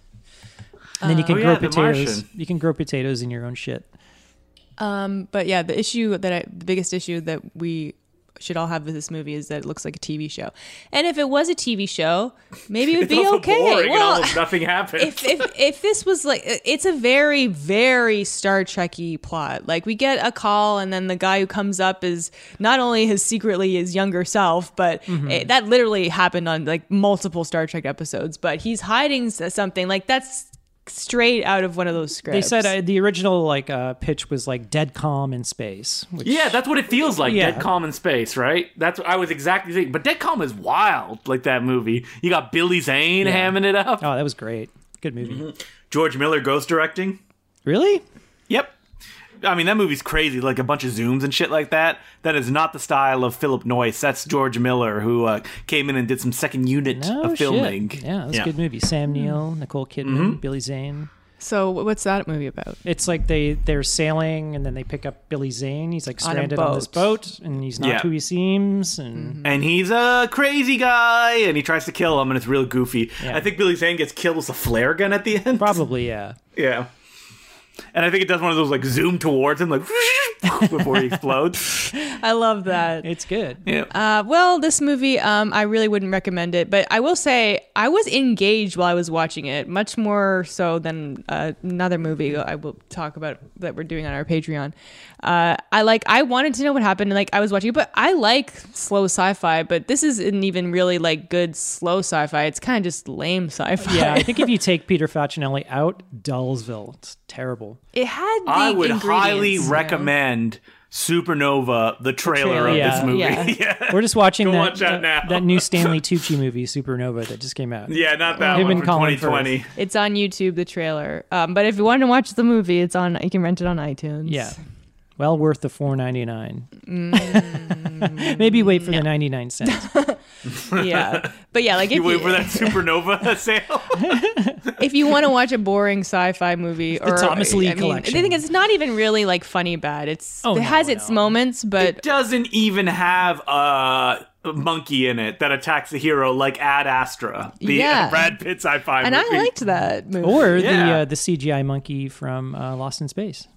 Speaker 3: And then you can
Speaker 2: Oh,
Speaker 3: grow
Speaker 2: yeah, The
Speaker 3: potatoes.
Speaker 2: Martian.
Speaker 3: You can grow potatoes in your own shit.
Speaker 1: um but yeah the issue that I, the biggest issue that we should all have with this movie is that it looks like a tv show and if it was a tv show maybe it would
Speaker 2: It's
Speaker 1: be
Speaker 2: also
Speaker 1: okay
Speaker 2: boring
Speaker 1: well
Speaker 2: and almost nothing happened.
Speaker 1: if, if if this was like it's a very very Star Trekky plot. Like we get a call and then the guy who comes up is not only his secretly his younger self, but it,
Speaker 2: Mm-hmm.
Speaker 1: that literally happened on like multiple Star Trek episodes. But he's hiding s- something like that's straight out of one of those
Speaker 3: They
Speaker 1: scripts.
Speaker 3: said uh, the original like uh, pitch was like dead calm in space. Which,
Speaker 2: Yeah, that's what it feels like.
Speaker 3: Yeah.
Speaker 2: Dead Calm in space, right? That's what I was exactly thinking. But Dead Calm is wild, like that movie. You got Billy Zane hamming it up.
Speaker 3: Oh, that was great. Good movie.
Speaker 2: Mm-hmm. George Miller ghost directing.
Speaker 3: Really?
Speaker 2: Yep. I mean, that movie's crazy, like a bunch of zooms and shit like that. That is not the style of Philip Noyce. That's George Miller, who uh, came in and did some second unit
Speaker 3: No
Speaker 2: of filming.
Speaker 3: Shit. Yeah, it was a good movie. Sam
Speaker 1: Hmm.
Speaker 3: Neill, Nicole Kidman,
Speaker 2: Mm-hmm.
Speaker 3: Billy Zane.
Speaker 1: So what's that movie about?
Speaker 3: It's like they they're sailing and then they pick up Billy Zane. He's like
Speaker 1: On a
Speaker 3: stranded on, this boat and he's not
Speaker 2: Yeah.
Speaker 3: who he seems. And
Speaker 2: And he's a crazy guy, and he tries to kill him, and it's real goofy.
Speaker 3: Yeah.
Speaker 2: I think Billy Zane gets killed with a flare gun at the end.
Speaker 3: probably yeah.
Speaker 2: Yeah. And I think it does one of those like zoom towards him, like before he explodes.
Speaker 1: I love that.
Speaker 3: It's good.
Speaker 2: Yeah.
Speaker 1: Uh, well, this movie, um, I really wouldn't recommend it, but I will say I was engaged while I was watching it, much more so than uh, another movie I will talk about that we're doing on our Patreon. Uh, I like, I wanted to know what happened, and like I was watching it, but I like slow sci-fi, but this isn't even really like good slow sci-fi. It's kind of just lame sci-fi.
Speaker 3: Yeah, I think if you take Peter Facinelli out, Dullsville, it's terrible.
Speaker 1: it had. The
Speaker 2: I would highly
Speaker 1: ingredients, you know?
Speaker 2: recommend Supernova, the trailer,
Speaker 1: trailer,
Speaker 2: of
Speaker 3: yeah.
Speaker 2: this movie.
Speaker 1: Yeah.
Speaker 2: yeah.
Speaker 3: We're just watching
Speaker 2: Go
Speaker 3: that,
Speaker 2: watch that
Speaker 3: uh,
Speaker 2: now.
Speaker 3: that new Stanley Tucci movie, Supernova, that just came out.
Speaker 2: Yeah, not that
Speaker 3: Him
Speaker 2: one
Speaker 3: and
Speaker 2: from
Speaker 3: Colin
Speaker 2: 2020.
Speaker 1: It's on YouTube, the trailer. Um, but if you wanted to watch the movie, it's on. You can rent it on iTunes.
Speaker 3: Yeah. Well worth the four ninety nine.
Speaker 2: Mm.
Speaker 3: Maybe wait for the 99 cents.
Speaker 1: yeah. But yeah, like if
Speaker 2: You
Speaker 1: you,
Speaker 2: wait for that supernova sale.
Speaker 1: if you want to watch a boring sci-fi movie or
Speaker 3: Thomas Lee
Speaker 1: I mean,
Speaker 3: collection.
Speaker 1: I think it's not even really like funny bad. It's
Speaker 3: Oh,
Speaker 1: it
Speaker 3: no,
Speaker 1: has its
Speaker 3: no.
Speaker 1: moments, but
Speaker 2: It doesn't even have uh, a monkey in it that attacks the hero like Ad Astra, the
Speaker 1: Yeah.
Speaker 2: Brad Pitt sci-fi
Speaker 1: and I
Speaker 2: movie.
Speaker 1: liked that movie.
Speaker 3: Or the
Speaker 2: Yeah.
Speaker 3: uh, the CGI monkey from uh, Lost in Space,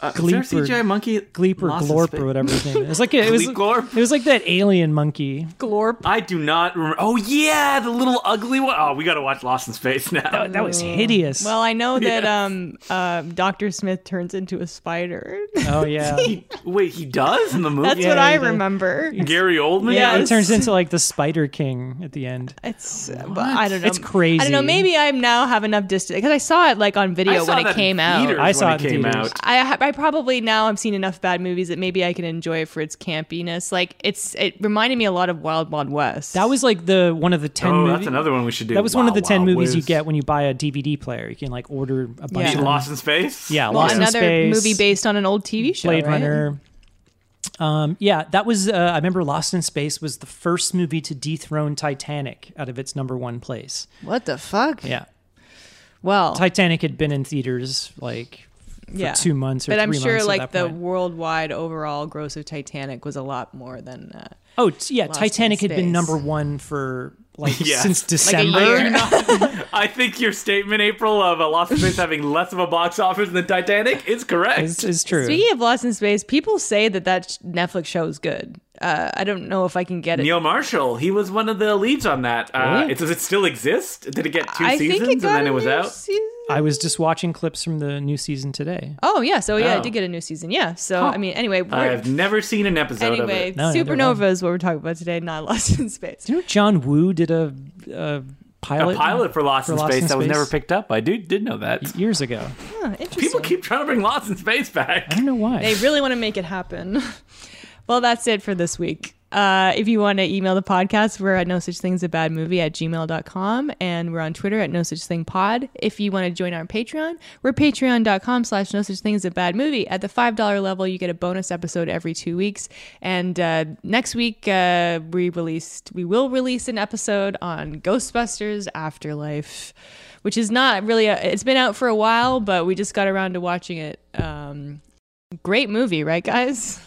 Speaker 2: uh, is there a
Speaker 3: Gleep or-
Speaker 2: CGI monkey?
Speaker 3: Gleep or
Speaker 2: Lost in
Speaker 3: Glorp
Speaker 2: Space?
Speaker 3: or whatever his name. Is. It was like a, it was
Speaker 2: Gleep Glorp?
Speaker 3: it was like that alien monkey.
Speaker 1: Glorp.
Speaker 2: I do not remember. Oh yeah, the little ugly one. Oh, we gotta watch Lost in Space now.
Speaker 3: That, that was hideous.
Speaker 1: Well, I know that um, uh, Doctor Smith turns into a spider.
Speaker 3: oh yeah.
Speaker 2: Wait, he does in the movie.
Speaker 1: That's
Speaker 3: Yeah,
Speaker 1: what I
Speaker 3: he did.
Speaker 1: remember.
Speaker 2: Gary Oldman.
Speaker 1: Yeah,
Speaker 3: It
Speaker 1: Yes.
Speaker 3: turns into like the Spider King at the end.
Speaker 1: It's uh, but I don't know.
Speaker 3: It's crazy.
Speaker 1: I don't know. Maybe I now have enough distance because I saw it like on
Speaker 2: I
Speaker 1: video
Speaker 2: saw
Speaker 1: when
Speaker 2: that
Speaker 1: it
Speaker 2: in
Speaker 1: came out.
Speaker 2: theaters
Speaker 1: I,
Speaker 3: I saw
Speaker 2: when
Speaker 3: it
Speaker 2: it
Speaker 3: in
Speaker 2: came
Speaker 3: theaters.
Speaker 2: out.
Speaker 1: ha- I probably now I've seen enough bad movies that maybe I can enjoy it for its campiness. Like it's it reminded me a lot of Wild Wild West.
Speaker 3: That was like the one of the ten.
Speaker 2: Oh,
Speaker 3: movie-
Speaker 2: that's another one we should do.
Speaker 3: That was one of the
Speaker 2: Wow,
Speaker 3: ten
Speaker 2: wow,
Speaker 3: movies you
Speaker 2: whiz.
Speaker 3: get when you buy a DVD player. You can like order a bunch
Speaker 1: Yeah.
Speaker 3: of
Speaker 2: Be
Speaker 3: them.
Speaker 2: Lost in Space.
Speaker 3: Yeah,
Speaker 1: well,
Speaker 3: Lost in
Speaker 1: another
Speaker 3: Space,
Speaker 1: movie based on an old TV show,
Speaker 3: Blade
Speaker 1: right?
Speaker 3: Runner. Um, yeah, that was. Uh, I remember Lost in Space was the first movie to dethrone Titanic out of its number one place.
Speaker 1: What the fuck?
Speaker 3: Yeah,
Speaker 1: Well,
Speaker 3: Titanic had been in theaters like
Speaker 1: yeah.
Speaker 3: two months or
Speaker 1: but I'm
Speaker 3: three
Speaker 1: sure
Speaker 3: months at
Speaker 1: like
Speaker 3: that
Speaker 1: the
Speaker 3: point.
Speaker 1: worldwide overall gross of Titanic was a lot more than uh,
Speaker 3: oh t- yeah,
Speaker 1: Lost in
Speaker 3: Titanic had been
Speaker 1: Space.
Speaker 3: number one for like
Speaker 2: Yeah.
Speaker 3: since
Speaker 1: like a
Speaker 3: December.
Speaker 1: year.
Speaker 2: I think your statement, April, of uh, Lost in Space having less of a box office than Titanic is correct.
Speaker 3: It's, it's true.
Speaker 1: Speaking of Lost in Space, people say that that sh- Netflix show is good. Uh, I don't know if I can get it.
Speaker 2: Neil Marshall, he was one of the leads on that. Uh,
Speaker 3: Really?
Speaker 2: it, does it still exist? Did it get two
Speaker 1: I
Speaker 2: seasons
Speaker 1: think it
Speaker 2: and
Speaker 1: got a
Speaker 2: then it was
Speaker 1: new
Speaker 2: out?
Speaker 1: season.
Speaker 3: I was just watching clips from the new season today.
Speaker 1: Oh yeah, so yeah,
Speaker 2: Oh.
Speaker 1: it did get a new season. Yeah, so I mean, anyway, we're,
Speaker 2: I have never seen an episode
Speaker 1: anyway,
Speaker 2: of it.
Speaker 3: No, neither have I.
Speaker 1: Supernova is what we're talking about today, not Lost in Space.
Speaker 3: Do you know John Woo did a, a pilot?
Speaker 2: A pilot for Lost
Speaker 3: for
Speaker 2: in
Speaker 3: Lost
Speaker 2: Space
Speaker 3: in
Speaker 2: that was
Speaker 3: Space?
Speaker 2: never picked up. I do did know that.
Speaker 3: years ago. I
Speaker 1: Huh, interesting.
Speaker 2: People keep trying to bring Lost in Space back.
Speaker 3: don't know why.
Speaker 1: They really want to make it happen. well, that's it for this week. Uh, if you want to email the podcast, we're at no such thing's a bad movie at gmail.com and we're on Twitter at no such thing pod. If you want to join our Patreon, we're patreon.com slash no such thing as a bad movie. At the $5 level, you get a bonus episode every two weeks. And uh, next week, uh, we released, we will release an episode on Ghostbusters Afterlife, which is not really, a, it's been out for a while, but we just got around to watching it. Um, Great movie, right, guys?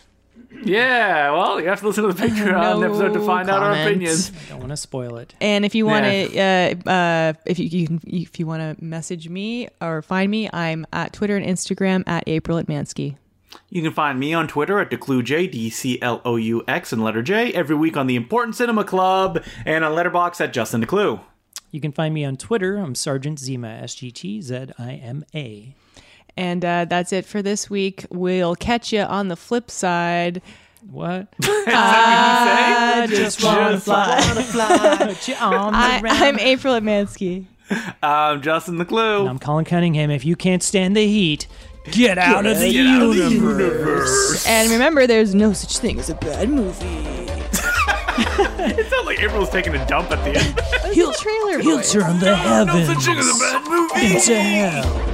Speaker 2: Yeah, well, you have to listen to the Patreon
Speaker 1: No
Speaker 2: episode to find out our
Speaker 1: comment.
Speaker 2: opinions.
Speaker 3: I don't want to spoil it.
Speaker 1: And if you want to, uh, uh, if you, you can, if you want to message me or find me, I'm at Twitter and Instagram at April at Mansky.
Speaker 2: You can find me on Twitter at DeClouJ, D E C L O U X and letter J, every week on the Important Cinema Club and on Letterbox at Justin DeClue.
Speaker 3: You can find me on Twitter. I'm Sergeant Zima, S G T Z I M A.
Speaker 1: And uh, that's it for this week. We'll catch you on the flip side.
Speaker 3: What?
Speaker 2: I
Speaker 3: just wanna fly. Put you on the
Speaker 1: I,
Speaker 3: ground.
Speaker 1: I'm April at Mansky.
Speaker 2: I'm Justin DeClue.
Speaker 3: I'm Colin Cunningham. If you can't stand the heat, get out of the
Speaker 2: Get out of the
Speaker 3: universe.
Speaker 2: universe.
Speaker 1: And remember, there's no such thing as a bad movie.
Speaker 2: It sounds like April's taking a dump at the end.
Speaker 1: He'll trailer.
Speaker 3: He'll
Speaker 1: boy.
Speaker 3: turn the
Speaker 2: No
Speaker 3: heavens
Speaker 2: such thing as a bad movie.
Speaker 3: into hell.